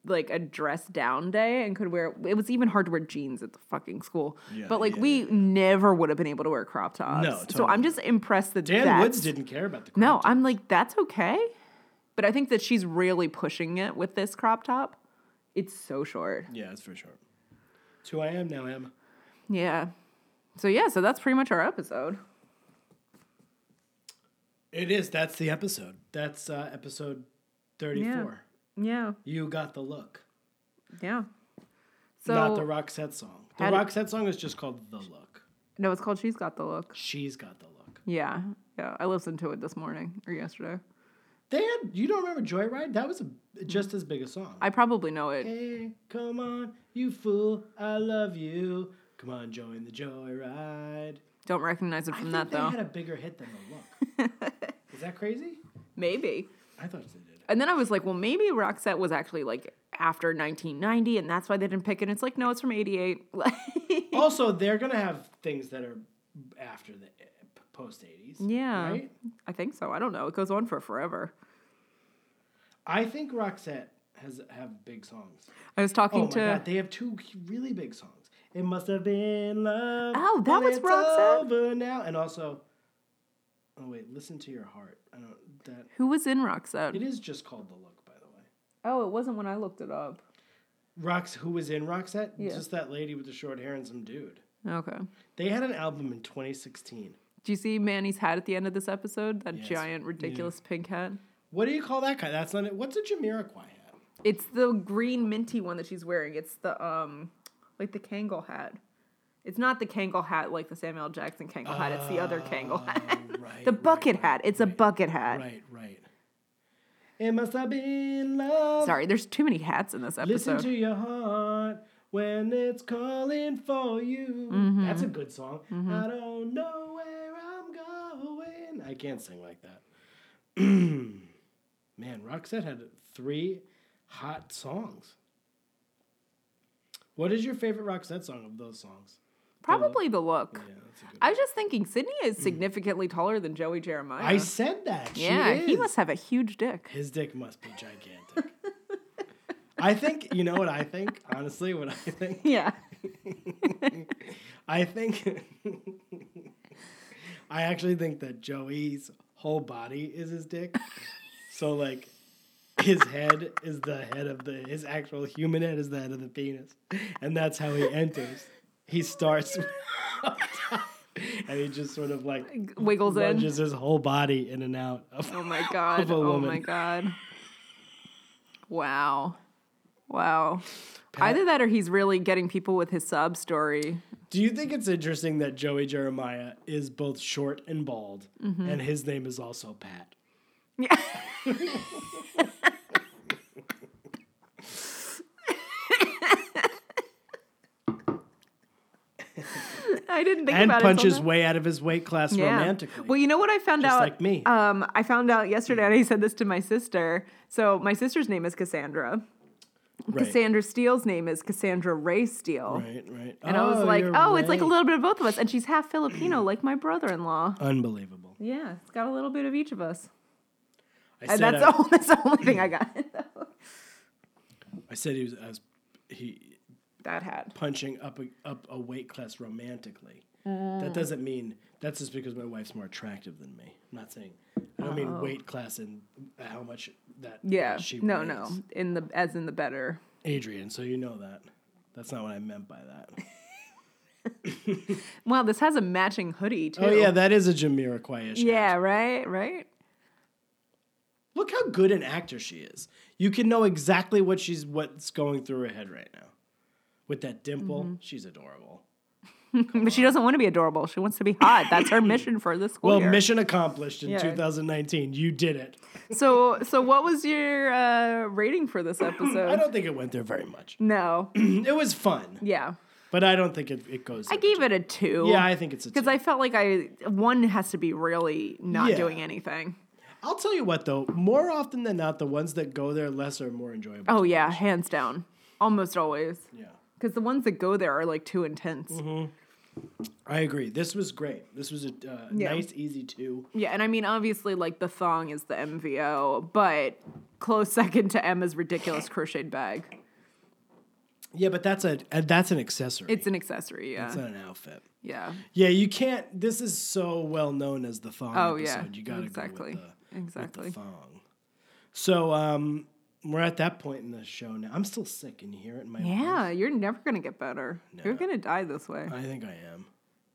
Speaker 2: like a dress down day and could wear it was even hard to wear jeans at the fucking school. but like
Speaker 1: yeah,
Speaker 2: we never would have been able to wear crop tops.
Speaker 1: No,
Speaker 2: So
Speaker 1: totally
Speaker 2: I'm just impressed that
Speaker 1: Dan
Speaker 2: that's,
Speaker 1: Woods didn't care about the. Crop
Speaker 2: No,
Speaker 1: top.
Speaker 2: I'm like that's okay. But I think that she's really pushing it with this crop top. It's so short.
Speaker 1: Yeah, that's for sure. It's who I am now, Emma.
Speaker 2: Yeah. So yeah, so that's pretty much our episode.
Speaker 1: It is. That's the episode. That's uh, episode thirty-four.
Speaker 2: Yeah.
Speaker 1: You got the look,
Speaker 2: Yeah. So
Speaker 1: not the Roxette song. The
Speaker 2: Had-
Speaker 1: Roxette song is just called "The Look."
Speaker 2: no, it's called She's Got the Look.
Speaker 1: She's got the look.
Speaker 2: Yeah. Yeah. I listened to it this morning or yesterday.
Speaker 1: They had. You don't remember Joyride? That was a, just as big a song.
Speaker 2: I probably know it.
Speaker 1: Hey, come on, you fool! I love you. Come on, join the joyride.
Speaker 2: Don't recognize it
Speaker 1: I
Speaker 2: from
Speaker 1: think
Speaker 2: that
Speaker 1: they
Speaker 2: though.
Speaker 1: had a bigger hit than the look. Is that crazy?
Speaker 2: Maybe.
Speaker 1: I thought they did.
Speaker 2: And then I was like, well, maybe Roxette was actually like after 1990, and that's why they didn't pick it. It's like, no, it's from 88. Like,
Speaker 1: Also, they're gonna have things that are after the post eighties.
Speaker 2: yeah,
Speaker 1: Right.
Speaker 2: I think so. I don't know. It goes on for forever.
Speaker 1: I think Roxette has have big songs.
Speaker 2: I was talking
Speaker 1: Oh my
Speaker 2: to.
Speaker 1: god, they have two really big songs. It must have been love.
Speaker 2: Oh, that
Speaker 1: and
Speaker 2: was
Speaker 1: it's
Speaker 2: Roxette?
Speaker 1: Over now, and also, oh wait, listen to your heart. I don't that.
Speaker 2: who was in
Speaker 1: It
Speaker 2: Roxette?
Speaker 1: is just called the look, by the way.
Speaker 2: Oh, it wasn't when I looked it up.
Speaker 1: Rox, who was in Roxette?
Speaker 2: Yeah.
Speaker 1: Just that lady with the short hair and some dude.
Speaker 2: Okay.
Speaker 1: They had an album in 2016.
Speaker 2: Do you see Manny's hat at the end of this episode? That
Speaker 1: Yes.
Speaker 2: giant, ridiculous pink hat.
Speaker 1: What do you call that guy? That's not it. What's a Jamiroquai hat?
Speaker 2: It's the green minty one that she's wearing. It's the um, like the Kangol hat. It's not the Kangol hat like the Samuel L. Jackson Kangol hat. It's the other Kangol hat.
Speaker 1: Oh, right,
Speaker 2: the
Speaker 1: Ah, right,
Speaker 2: bucket hat. It's a bucket hat.
Speaker 1: Right, right. It must have been love.
Speaker 2: Sorry, there's too many hats in this
Speaker 1: Listen
Speaker 2: episode.
Speaker 1: to your heart when it's calling for you.
Speaker 2: Mm-hmm.
Speaker 1: That's a good song. I don't know where I'm going. I can't sing like that. Man, Roxette had three hot songs. What is your favorite Roxette song of those songs?
Speaker 2: Probably the look.
Speaker 1: Yeah, that's a good
Speaker 2: I was just thinking Sydney is significantly taller than Joey Jeremiah.
Speaker 1: I said that. She
Speaker 2: yeah, he
Speaker 1: is.
Speaker 2: must have a huge dick.
Speaker 1: His dick must be gigantic. I think you know what I think. Honestly, what I think.
Speaker 2: Yeah.
Speaker 1: I think I actually think that Joey's whole body is his dick. So like his head is the head of the his actual human head is the head of the penis. And that's how he enters. He starts up top, and he just sort of like
Speaker 2: Wiggles in.
Speaker 1: plunges his whole body in and out of
Speaker 2: Oh my god.
Speaker 1: Of a
Speaker 2: Oh my
Speaker 1: woman.
Speaker 2: god. Wow. Wow.
Speaker 1: Pat-
Speaker 2: Either that or he's really getting people with his sob story.
Speaker 1: Do you think it's interesting that Joey Jeremiah is both short and bald
Speaker 2: Mm-hmm.
Speaker 1: and his name is also Pat?
Speaker 2: Yeah. I didn't think
Speaker 1: and
Speaker 2: about it. till
Speaker 1: punches
Speaker 2: now.
Speaker 1: way out of his weight class
Speaker 2: Yeah.
Speaker 1: romantically.
Speaker 2: Well, you know what I found
Speaker 1: Just
Speaker 2: out?
Speaker 1: like me.
Speaker 2: Um, I found out yesterday, and I said this to my sister. So my sister's name is Cassandra.
Speaker 1: right.
Speaker 2: Cassandra Steele's name is Cassandra Ray Steele.
Speaker 1: Right, right.
Speaker 2: And I was like, oh,
Speaker 1: you're
Speaker 2: it's like a
Speaker 1: right.
Speaker 2: little bit of both of us. And she's half Filipino, like my brother in law.
Speaker 1: Unbelievable.
Speaker 2: Yeah, it's got a little bit of each of us.
Speaker 1: I
Speaker 2: And
Speaker 1: said, uh,
Speaker 2: that's,
Speaker 1: I,
Speaker 2: all, that's the only thing I got.
Speaker 1: I said he was, I was he
Speaker 2: that hat.
Speaker 1: punching up a, up a weight class romantically.
Speaker 2: Mm.
Speaker 1: That doesn't mean that's just because my wife's more attractive than me. I'm not saying I don't mean weight class and how much that
Speaker 2: Oh. Yeah.
Speaker 1: she
Speaker 2: no,
Speaker 1: weighs.
Speaker 2: no. In the as in the better.
Speaker 1: Adrian. So you know that. That's not what I meant by that.
Speaker 2: Well, this has a matching hoodie too.
Speaker 1: Oh yeah, that is a Jamiroquai issue.
Speaker 2: Yeah, right, right.
Speaker 1: Look how good an actor she is. You can know exactly what she's what's going through her head right now. With that dimple,
Speaker 2: Mm-hmm.
Speaker 1: she's adorable.
Speaker 2: But she doesn't want to be adorable. She wants to be hot. That's her mission for this school
Speaker 1: Well,
Speaker 2: year.
Speaker 1: mission accomplished in
Speaker 2: Yeah.
Speaker 1: 2019. You did it.
Speaker 2: So, so what was your uh, rating for this
Speaker 1: I
Speaker 2: episode?
Speaker 1: don't think it went there very much.
Speaker 2: No.
Speaker 1: It was fun,
Speaker 2: Mm-hmm. Yeah.
Speaker 1: but I don't think it, it goes.
Speaker 2: I gave it a two.
Speaker 1: Yeah, I think it's a.
Speaker 2: Because
Speaker 1: two.
Speaker 2: I felt like I one has to be really not
Speaker 1: Yeah.
Speaker 2: doing anything.
Speaker 1: I'll tell you what though. More often than not, the ones that go there less are more enjoyable.
Speaker 2: Oh yeah, hands down, almost always.
Speaker 1: Yeah. Mm-hmm.
Speaker 2: Because the ones that go there are like too intense.
Speaker 1: I agree. This was great. This was a uh,
Speaker 2: Yeah.
Speaker 1: nice, easy two.
Speaker 2: Yeah, and I mean obviously like the thong is the MVO, but close second to Emma's ridiculous crocheted bag.
Speaker 1: Yeah, but that's a uh, that's an accessory.
Speaker 2: It's an accessory. Yeah.
Speaker 1: it's not an outfit.
Speaker 2: yeah.
Speaker 1: Yeah, you can't. This is so well known as the thong.
Speaker 2: Oh, yeah.
Speaker 1: episode. you gotta
Speaker 2: Exactly.
Speaker 1: go with the,
Speaker 2: Exactly.
Speaker 1: with the thong. So um, we're at that point in the show now. I'm still sick. Can you hear it in my? voice?
Speaker 2: Yeah, you're never gonna get better. You're gonna die this way.
Speaker 1: I think I am.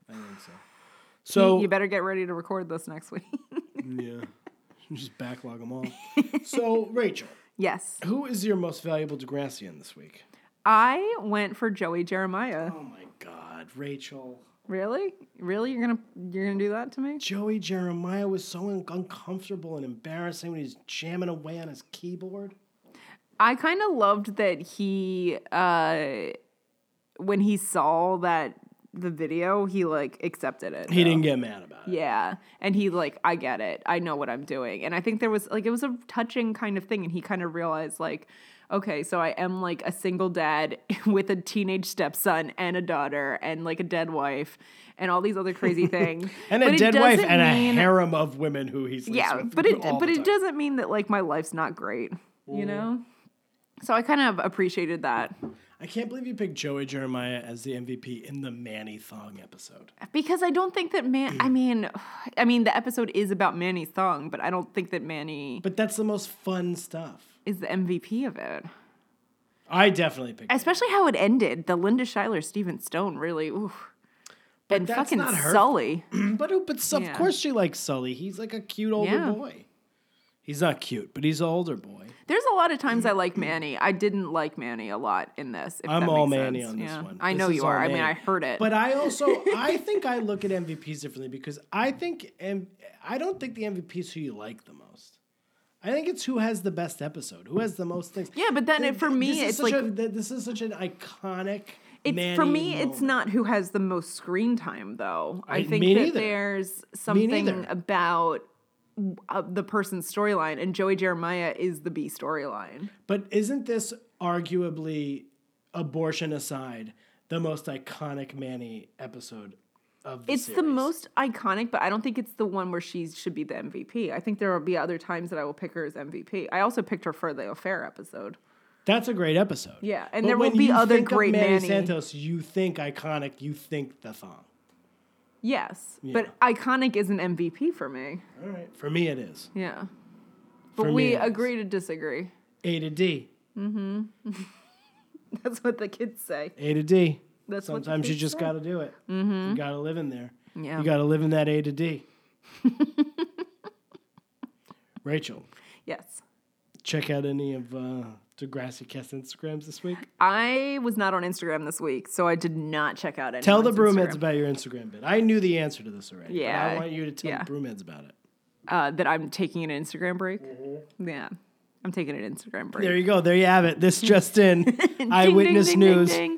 Speaker 1: I think so.
Speaker 2: You-
Speaker 1: Uh, So
Speaker 2: you better get ready to record this next week.
Speaker 1: yeah, just backlog them all. so Rachel,
Speaker 2: yes.
Speaker 1: who is your most valuable Degrassian this week?
Speaker 2: I went for Joey Jeremiah.
Speaker 1: Oh my God, Rachel.
Speaker 2: Really? Really? You're gonna you're gonna do that to me?
Speaker 1: Joey Jeremiah was so un- uncomfortable and embarrassing when he's jamming away on his keyboard.
Speaker 2: I kind of loved that he, uh, when he saw that the video, he like accepted it.
Speaker 1: He
Speaker 2: though.
Speaker 1: didn't get mad about it.
Speaker 2: Yeah. And he like, I get it. I know what I'm doing. And I think there was like it was a touching kind of thing and he kind of realized like, okay, so I am like a single dad with a teenage stepson and a daughter and like a dead wife and all these other crazy things.
Speaker 1: And a
Speaker 2: But it
Speaker 1: dead wife
Speaker 2: doesn't
Speaker 1: and
Speaker 2: mean-
Speaker 1: a harem of women who he sleeps
Speaker 2: yeah,
Speaker 1: with.
Speaker 2: but it
Speaker 1: all
Speaker 2: but
Speaker 1: the
Speaker 2: it
Speaker 1: time. Mm.
Speaker 2: doesn't mean that like my life's not great, you know? So I kind of appreciated that
Speaker 1: I can't believe you picked Joey Jeremiah as the MVP in the Manny Thong episode.
Speaker 2: because I don't think that man. I mean, I mean the episode is about Manny's thong, but I don't think that Manny
Speaker 1: But that's the most fun stuff.
Speaker 2: is the MVP of it.
Speaker 1: I definitely picked. it.
Speaker 2: Especially how it ended. The Linda Schuyler, Steven Stone, really. Oof. and
Speaker 1: that's
Speaker 2: fucking
Speaker 1: not her
Speaker 2: Sully.
Speaker 1: But who- but so- of
Speaker 2: Yeah.
Speaker 1: course she likes Sully. He's like a cute older
Speaker 2: Yeah.
Speaker 1: boy. He's not cute, but he's an older boy.
Speaker 2: There's a lot of times I like Manny. I didn't like Manny a lot in this. if
Speaker 1: I'm
Speaker 2: that
Speaker 1: all
Speaker 2: makes
Speaker 1: Manny
Speaker 2: sense.
Speaker 1: on this
Speaker 2: Yeah.
Speaker 1: one.
Speaker 2: I
Speaker 1: This
Speaker 2: know
Speaker 1: is
Speaker 2: you
Speaker 1: all
Speaker 2: are. I mean,
Speaker 1: Manny.
Speaker 2: I heard it.
Speaker 1: But I also I think I look at MVPs differently because I think and I don't think the MVP is who you like the most. I think it's who has the best episode, who has the most things.
Speaker 2: Yeah, but then
Speaker 1: Th-
Speaker 2: it- for
Speaker 1: th-
Speaker 2: me,
Speaker 1: this is
Speaker 2: it's
Speaker 1: such
Speaker 2: like-
Speaker 1: a- th- this is such an iconic.
Speaker 2: It's
Speaker 1: Manny
Speaker 2: for me.
Speaker 1: moment.
Speaker 2: It's not who has the most screen time, though. I,
Speaker 1: I-
Speaker 2: think
Speaker 1: me
Speaker 2: that
Speaker 1: neither.
Speaker 2: there's something
Speaker 1: neither.
Speaker 2: about uh, the person's storyline, and Joey Jeremiah is the B storyline.
Speaker 1: But isn't this arguably, abortion aside, the most iconic Manny episode of the
Speaker 2: It's the
Speaker 1: series?
Speaker 2: most iconic, but I don't think it's the one where she should be the MVP. I think there will be other times that I will pick her as MVP. I also picked her for the affair episode.
Speaker 1: That's a great episode.
Speaker 2: Yeah, and
Speaker 1: But
Speaker 2: there will
Speaker 1: when
Speaker 2: be
Speaker 1: you
Speaker 2: other
Speaker 1: think of
Speaker 2: great
Speaker 1: Manny
Speaker 2: Manny.
Speaker 1: Santos. You think iconic. You think the thong.
Speaker 2: Yes, but iconic is an MVP for me.
Speaker 1: All right. For me, it is
Speaker 2: Yeah, but
Speaker 1: For me,
Speaker 2: we
Speaker 1: it is.
Speaker 2: agree to disagree.
Speaker 1: A to D.
Speaker 2: That's what the kids say.
Speaker 1: A to D.
Speaker 2: That's what the
Speaker 1: Sometimes you
Speaker 2: kids
Speaker 1: just
Speaker 2: say.
Speaker 1: got to do it. You got to live in there.
Speaker 2: Yeah.
Speaker 1: You got to live in that A to D. Rachel,
Speaker 2: Yes.
Speaker 1: check out any of uh, Degrassi Cast Instagrams this week.
Speaker 2: I was not on Instagram this week, so I did not check out any.
Speaker 1: Tell the Broomheads about your Instagram bit. I knew the answer to this already. Yeah. But I
Speaker 2: Yeah,
Speaker 1: want you to tell
Speaker 2: yeah.
Speaker 1: the Broomheads about it.
Speaker 2: uh, that I'm taking an Instagram break. Yeah, I'm taking an Instagram break.
Speaker 1: There you go. There you have it. This just in
Speaker 2: Ding,
Speaker 1: Eyewitness
Speaker 2: ding, ding,
Speaker 1: News.
Speaker 2: ding, ding.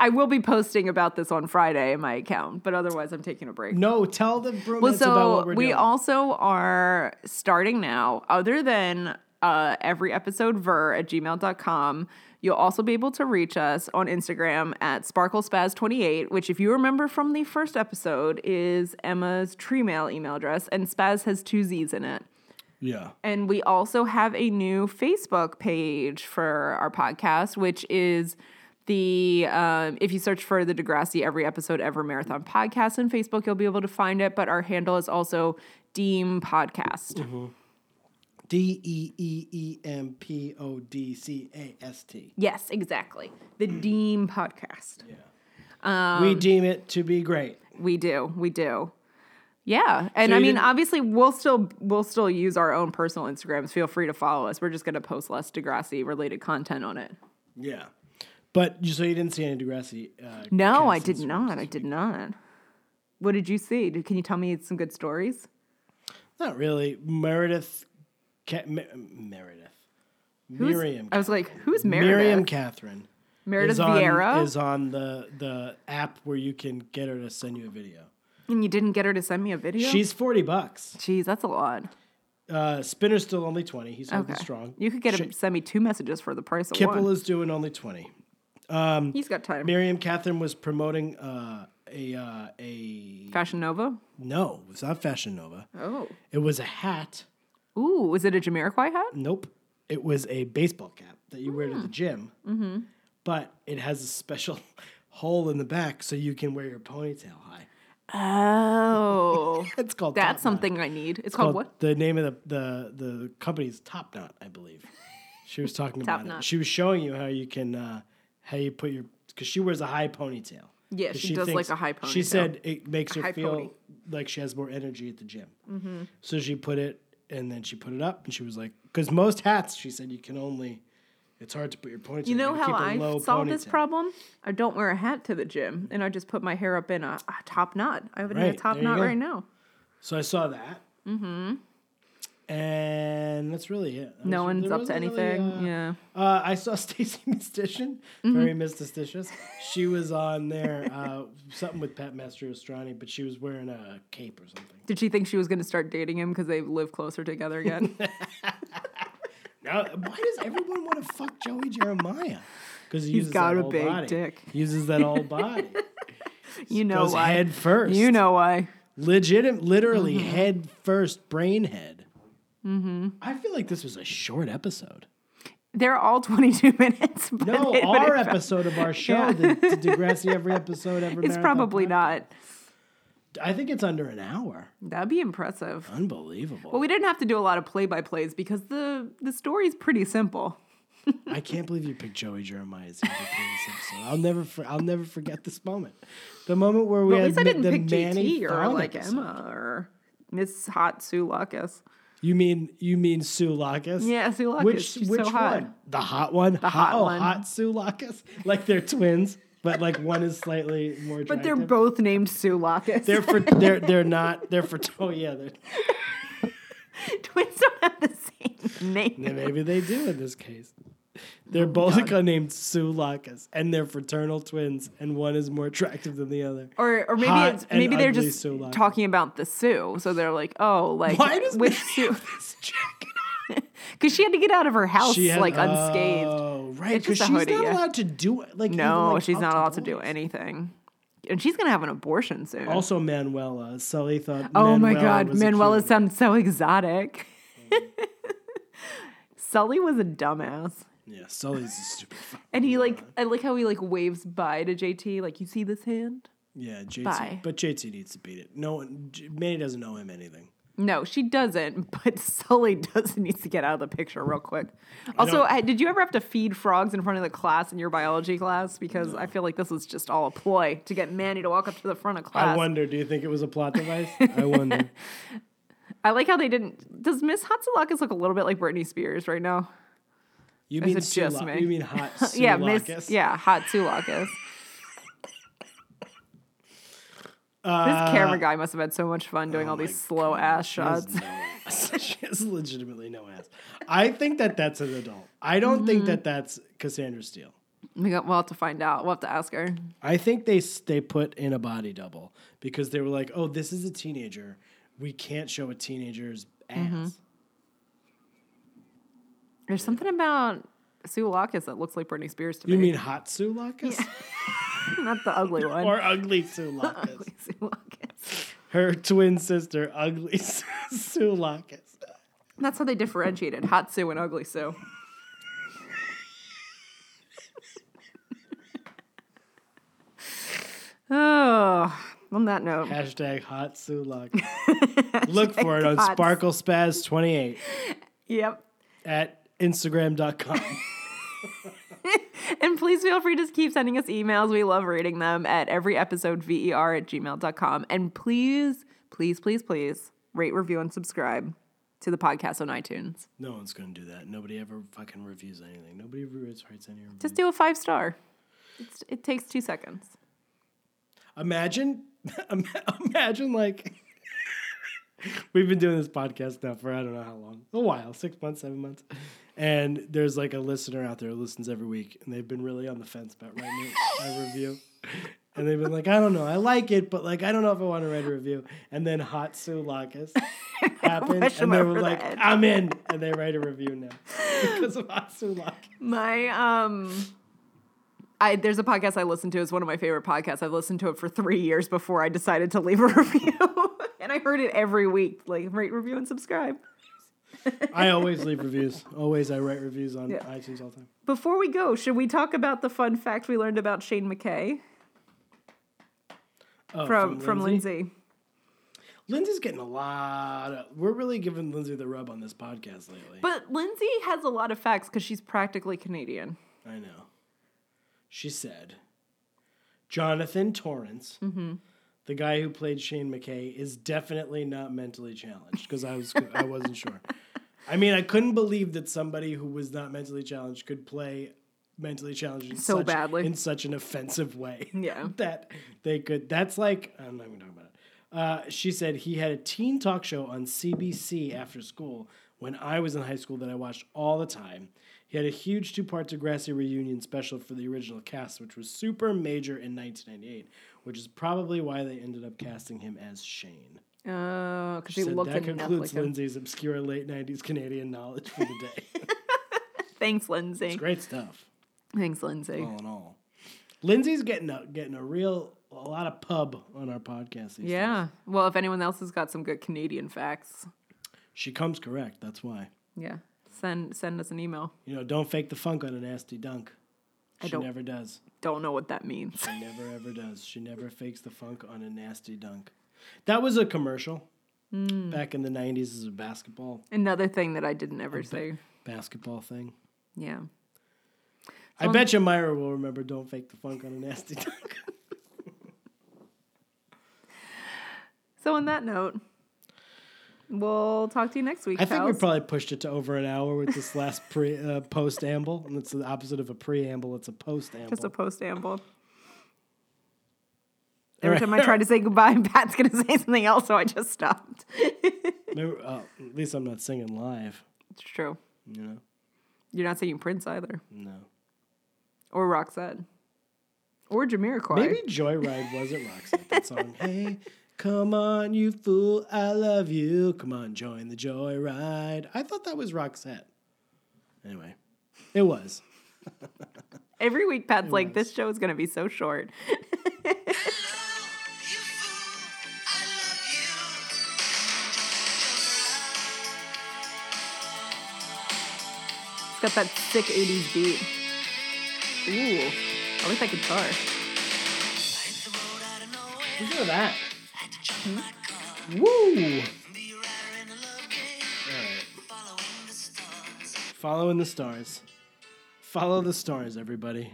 Speaker 2: I will be posting about this on Friday in my account, but otherwise, I'm taking a break.
Speaker 1: No, tell the Broomheads
Speaker 2: well,
Speaker 1: about
Speaker 2: so
Speaker 1: what we're
Speaker 2: we
Speaker 1: doing.
Speaker 2: also are starting now, other than uh, every episode, ver at gmail.com. You'll also be able to reach us on Instagram at sparklespaz28, which, if you remember from the first episode, is Emma's tree mail email address, and spaz has two Z's in it.
Speaker 1: yeah.
Speaker 2: And we also have a new Facebook page for our podcast, which is the um, if you search for the Degrassi Every Episode Ever Marathon podcast on Facebook, you'll be able to find it. But our handle is also Deem Podcast.
Speaker 1: Mm-hmm. D E E E M P O D C A S T.
Speaker 2: Yes, exactly. The
Speaker 1: Mm.
Speaker 2: Deem Podcast. Um,
Speaker 1: we deem it to be great.
Speaker 2: We do. We do. Yeah. And
Speaker 1: So
Speaker 2: I
Speaker 1: you
Speaker 2: mean,
Speaker 1: didn't-
Speaker 2: obviously we'll still we'll still use our own personal Instagrams. Feel free to follow us. We're just gonna post less Degrassi related content on it.
Speaker 1: Yeah. But you, so you didn't see any Degrassi. Uh,
Speaker 2: No, I
Speaker 1: cast
Speaker 2: did
Speaker 1: Instagrams
Speaker 2: not. I
Speaker 1: this
Speaker 2: did
Speaker 1: week.
Speaker 2: not. What did you see? Did- Can you tell me some good stories?
Speaker 1: Not really. Meredith. Ca- Me- Meredith.
Speaker 2: Who's-
Speaker 1: Miriam.
Speaker 2: I was like, who's uh, Meredith?
Speaker 1: Miriam Catherine.
Speaker 2: Meredith
Speaker 1: is on,
Speaker 2: Vieira?
Speaker 1: is on the the app where you can get her to send you a video.
Speaker 2: and you didn't get her to send me a video?
Speaker 1: She's forty bucks.
Speaker 2: Jeez, that's a lot.
Speaker 1: Uh, Spinner's still only twenty. He's holding
Speaker 2: Okay.
Speaker 1: strong.
Speaker 2: You could get
Speaker 1: Sh-
Speaker 2: him send me two messages for the price of
Speaker 1: Kipple
Speaker 2: one.
Speaker 1: is doing only twenty.
Speaker 2: He's got time.
Speaker 1: Miriam Catherine was promoting uh, a uh, a
Speaker 2: Fashion Nova?
Speaker 1: no, it was not Fashion Nova.
Speaker 2: Oh.
Speaker 1: It was a hat.
Speaker 2: Ooh, is it a Jamiroquai hat?
Speaker 1: Nope, it was a baseball cap that you wear to the gym. Mm-hmm. But it has a special hole in the back so you can wear your ponytail high.
Speaker 2: Oh.
Speaker 1: It's called Top Knot.
Speaker 2: That's something I need. It's called,
Speaker 1: called-
Speaker 2: what?
Speaker 1: The name of the the the company's Top Knot, I believe. She was talking
Speaker 2: Top
Speaker 1: about
Speaker 2: Knot.
Speaker 1: it. She was showing you how you can uh, how you put your because she wears a high ponytail.
Speaker 2: Yeah,
Speaker 1: 'Cause
Speaker 2: she does like a high
Speaker 1: She
Speaker 2: ponytail.
Speaker 1: said it makes her
Speaker 2: high
Speaker 1: feel
Speaker 2: pony. Mm-hmm.
Speaker 1: like she has more energy at the gym. So she put it and then she put it up and she was like, because most hats, she said you can only. It's hard to put your ponytail.
Speaker 2: You know
Speaker 1: gotta
Speaker 2: how
Speaker 1: keep a
Speaker 2: I
Speaker 1: low
Speaker 2: solved this
Speaker 1: ponytail.
Speaker 2: problem? I don't wear a hat to the gym, and I just put my hair up in a, a top knot. I have it in
Speaker 1: Right,
Speaker 2: a top
Speaker 1: there you
Speaker 2: knot
Speaker 1: go.
Speaker 2: right now.
Speaker 1: So I saw that. Mm-hmm. And that's really it. That
Speaker 2: No
Speaker 1: was-
Speaker 2: one's
Speaker 1: there
Speaker 2: up to
Speaker 1: wasn't really,
Speaker 2: anything.
Speaker 1: uh,
Speaker 2: yeah.
Speaker 1: Uh, I saw Stacy Mystician,
Speaker 2: Mm-hmm.
Speaker 1: very mysticious. She was on there, uh, something with Pat Mastroianni, but she was wearing a cape or something.
Speaker 2: Did she think she was going to start dating him because they live closer together again?
Speaker 1: Now, why does everyone want to fuck Joey Jeremiah? Because he
Speaker 2: He's
Speaker 1: uses
Speaker 2: got
Speaker 1: that
Speaker 2: a
Speaker 1: whole
Speaker 2: big
Speaker 1: body.
Speaker 2: dick.
Speaker 1: He uses that whole body.
Speaker 2: you know
Speaker 1: Goes
Speaker 2: why?
Speaker 1: head first.
Speaker 2: You know Mm-hmm. why?
Speaker 1: legit, literally head first, brain head. Mm-hmm. I feel like this was a short episode.
Speaker 2: They're all 22 minutes. But
Speaker 1: No,
Speaker 2: it- but
Speaker 1: our
Speaker 2: it felt-
Speaker 1: episode of our show,
Speaker 2: Yeah.
Speaker 1: the, the Degrassi every episode ever.
Speaker 2: It's probably not.
Speaker 1: I think it's under an hour.
Speaker 2: That'd be impressive.
Speaker 1: Unbelievable.
Speaker 2: Well, we didn't have to do a lot of play by plays because the the story's pretty simple.
Speaker 1: I can't believe you picked Joey Jeremiah as the MVP this episode. I'll never, for, I'll never forget this moment. The moment where we
Speaker 2: But at
Speaker 1: had
Speaker 2: least I didn't
Speaker 1: the
Speaker 2: pick
Speaker 1: Manny
Speaker 2: GT or
Speaker 1: Thon
Speaker 2: like
Speaker 1: episode.
Speaker 2: Emma or Miss Hot Sue Lucas.
Speaker 1: You mean you mean Sue Lacus?
Speaker 2: Yeah, Sue Lacus.
Speaker 1: Which
Speaker 2: She's
Speaker 1: which
Speaker 2: so hot.
Speaker 1: one? The hot one. The
Speaker 2: hot
Speaker 1: oh,
Speaker 2: one.
Speaker 1: hot Sue Lacus. Like they're twins, but like one is slightly more. Attractive.
Speaker 2: But they're both named Sue Lucas.
Speaker 1: They're for they're they're not they're for oh yeah they're,
Speaker 2: Twins don't have the same name.
Speaker 1: yeah, maybe they do in this case.
Speaker 2: Oh,
Speaker 1: They're both named Sue Lacus, and they're fraternal twins, and one is more attractive than the other.
Speaker 2: Or, or maybe
Speaker 1: Hot
Speaker 2: it's,
Speaker 1: and
Speaker 2: maybe they're
Speaker 1: ugly
Speaker 2: just
Speaker 1: Sue Lucas.
Speaker 2: talking about the Sue, so they're like, oh, like
Speaker 1: Why does
Speaker 2: which
Speaker 1: Manny
Speaker 2: Sue?
Speaker 1: have this jacket
Speaker 2: Because she had to get out of her house
Speaker 1: She had-
Speaker 2: like unscathed.
Speaker 1: Oh, right,
Speaker 2: It's
Speaker 1: because
Speaker 2: just
Speaker 1: she's
Speaker 2: a hoodie,
Speaker 1: not
Speaker 2: yeah.
Speaker 1: allowed to do it. Like even,
Speaker 2: no,
Speaker 1: like,
Speaker 2: she's
Speaker 1: up
Speaker 2: not allowed to
Speaker 1: boys.
Speaker 2: do anything, and she's gonna have an abortion soon.
Speaker 1: Also, Manuela. Sully thought.
Speaker 2: oh my
Speaker 1: Manuela
Speaker 2: God,
Speaker 1: was a
Speaker 2: Manuela
Speaker 1: cutie.
Speaker 2: sounds so exotic. Sully was a dumbass.
Speaker 1: Yeah, Sully's a stupid. fuck.
Speaker 2: And he like, I like how he like waves bye to JT. Like, you see this hand?
Speaker 1: Yeah, JT.
Speaker 2: Bye.
Speaker 1: But JT needs to beat it. No one. J- Manny doesn't know him anything.
Speaker 2: No, she doesn't. But Sully does needs to get out of the picture real quick. Also,
Speaker 1: don't-
Speaker 2: I did you ever have to feed frogs in front of the class in your biology class? Because I feel like this was just all a ploy to get Manny to walk up to the front of class.
Speaker 1: I wonder. Do you think it was a plot device? I wonder.
Speaker 2: I like how they didn't. Does Miss Hatsalakis look a little bit like Britney Spears right now?
Speaker 1: You
Speaker 2: That's
Speaker 1: mean
Speaker 2: a just
Speaker 1: Sula-
Speaker 2: me.
Speaker 1: You mean hot?
Speaker 2: yeah, Miss.
Speaker 1: Sulakis?
Speaker 2: Yeah, Hatsulakis.
Speaker 1: Uh,
Speaker 2: this camera guy must have had so much fun doing all these slow ass
Speaker 1: She has
Speaker 2: shots.
Speaker 1: no ass. she has legitimately no ass. I think that that's an adult. I don't
Speaker 2: Mm-hmm.
Speaker 1: think that that's Cassandra Steele.
Speaker 2: We got- We'll have to find out. We'll have to ask her.
Speaker 1: I think they s- they put in a body double because they were like, "Oh, this is a teenager. We can't show a teenager's ass."
Speaker 2: Mm-hmm. There's something about Sue Lacus that looks like Britney Spears to
Speaker 1: You
Speaker 2: me.
Speaker 1: mean hot Sulakis
Speaker 2: Not the ugly one.
Speaker 1: or ugly Sulakis?
Speaker 2: Ugly Sue Lacus.
Speaker 1: Her twin sister, ugly Sulakis.
Speaker 2: That's how they differentiated hot Sue and ugly Sue. oh, on that note.
Speaker 1: Hashtag hot Sulakis. Look for it on
Speaker 2: hot.
Speaker 1: SparkleSpaz28
Speaker 2: Yep.
Speaker 1: at Instagram.com.
Speaker 2: And please feel free to just keep sending us emails. We love reading them at every episode, ver at gmail.com. And please, please, please, please rate, review, and subscribe to the podcast on iTunes.
Speaker 1: no one's gonna do that. Nobody ever fucking reviews anything. Nobody writes writes any reviews.
Speaker 2: Just do a five star. It's, it takes two seconds.
Speaker 1: Imagine, im- imagine like we've been doing this podcast now for I don't know how long, a while, six months, seven months, and there's like a listener out there who listens every week, and they've been really on the fence about writing a a review, and they've been like, I don't know, I like it, but like I don't know if I want to write a review, and then Hot Sue Lacus happened,
Speaker 2: Push 'em
Speaker 1: and they
Speaker 2: over
Speaker 1: were
Speaker 2: the
Speaker 1: like,
Speaker 2: edge.
Speaker 1: I'm in, and they write a review now because of Hot Sue Lacus.
Speaker 2: My um I there's a podcast I listen to. It's one of my favorite podcasts. I've listened to it for three years before I decided to leave a review. and I heard it every week. Like rate, review, and subscribe.
Speaker 1: I always leave reviews. Always, I write reviews on
Speaker 2: Yeah.
Speaker 1: iTunes all the time.
Speaker 2: Before we go, should we talk about the fun fact we learned about Shane McKay
Speaker 1: Oh,
Speaker 2: from from Lindsay?
Speaker 1: Lindsay's getting a lot of. We're really giving Lindsay the rub on this podcast lately.
Speaker 2: But Lindsay has a lot of facts because she's practically Canadian.
Speaker 1: I know. She said, Jonathan Torrance,
Speaker 2: Mm-hmm.
Speaker 1: the guy who played Shane McKay, is definitely not mentally challenged because I was I wasn't sure. I mean, I couldn't believe that somebody who was not mentally challenged could play mentally challenged in
Speaker 2: So
Speaker 1: such,
Speaker 2: badly.
Speaker 1: in such an offensive way.
Speaker 2: Yeah.
Speaker 1: that they could. That's like I'm not even talking about it. Uh, she said he had a teen talk show on CBC after school when I was in high school that I watched all the time. He had a huge two part Degrassi reunion special for the original cast, which was super major in 1998, which is probably why they ended up casting him as Shane.
Speaker 2: Oh, because he
Speaker 1: Said,
Speaker 2: looked
Speaker 1: that
Speaker 2: enough like
Speaker 1: concludes
Speaker 2: him.
Speaker 1: Lindsay's obscure late 90s Canadian knowledge for the day.
Speaker 2: Thanks, Lindsay.
Speaker 1: Great stuff,
Speaker 2: Thanks, Lindsay.
Speaker 1: all in all. Lindsay's getting a, getting a real a lot of pub on our podcast. These days.
Speaker 2: Yeah. Well, if anyone else has got some good Canadian facts,
Speaker 1: she comes correct. That's why.
Speaker 2: yeah, send send us an email.
Speaker 1: You know, don't fake the funk on a nasty dunk.
Speaker 2: I
Speaker 1: She
Speaker 2: don't-
Speaker 1: never does.
Speaker 2: Don't know what that means.
Speaker 1: She never ever does. She never fakes the funk on a nasty dunk. That was a commercial
Speaker 2: Hmm.
Speaker 1: back in the '90s as a basketball
Speaker 2: Another thing that I didn't ever say.
Speaker 1: basketball thing.
Speaker 2: Yeah.
Speaker 1: I bet you Myra will remember. Don't fake the funk on a nasty dunk.
Speaker 2: So on that note, we'll talk to you next week.
Speaker 1: I think we
Speaker 2: pals.
Speaker 1: probably pushed it to over an hour with this last pre uh, post amble, and it's the opposite of a preamble. It's a post amble.
Speaker 2: just a post amble. Every time I try to say goodbye, Pat's gonna say something else, so I just stopped.
Speaker 1: Remember- oh, at least I'm not singing live.
Speaker 2: It's true.
Speaker 1: You know,
Speaker 2: You're not saying Prince either,
Speaker 1: no.
Speaker 2: or Roxette, or Jamiroquai.
Speaker 1: Maybe Joyride wasn't Roxette. That song. hey, come on, you fool! I love you. Come on, join the Joyride. I thought that was Roxette. Anyway, it was.
Speaker 2: Every week, Pat's like, this show is going to be so short. It's got that sick 80s beat. Ooh, I like that guitar.
Speaker 1: Look at that. Woo! All right. Following the stars. Follow the stars, everybody.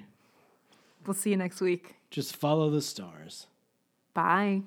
Speaker 2: We'll see you next week.
Speaker 1: Just follow the stars.
Speaker 2: Bye.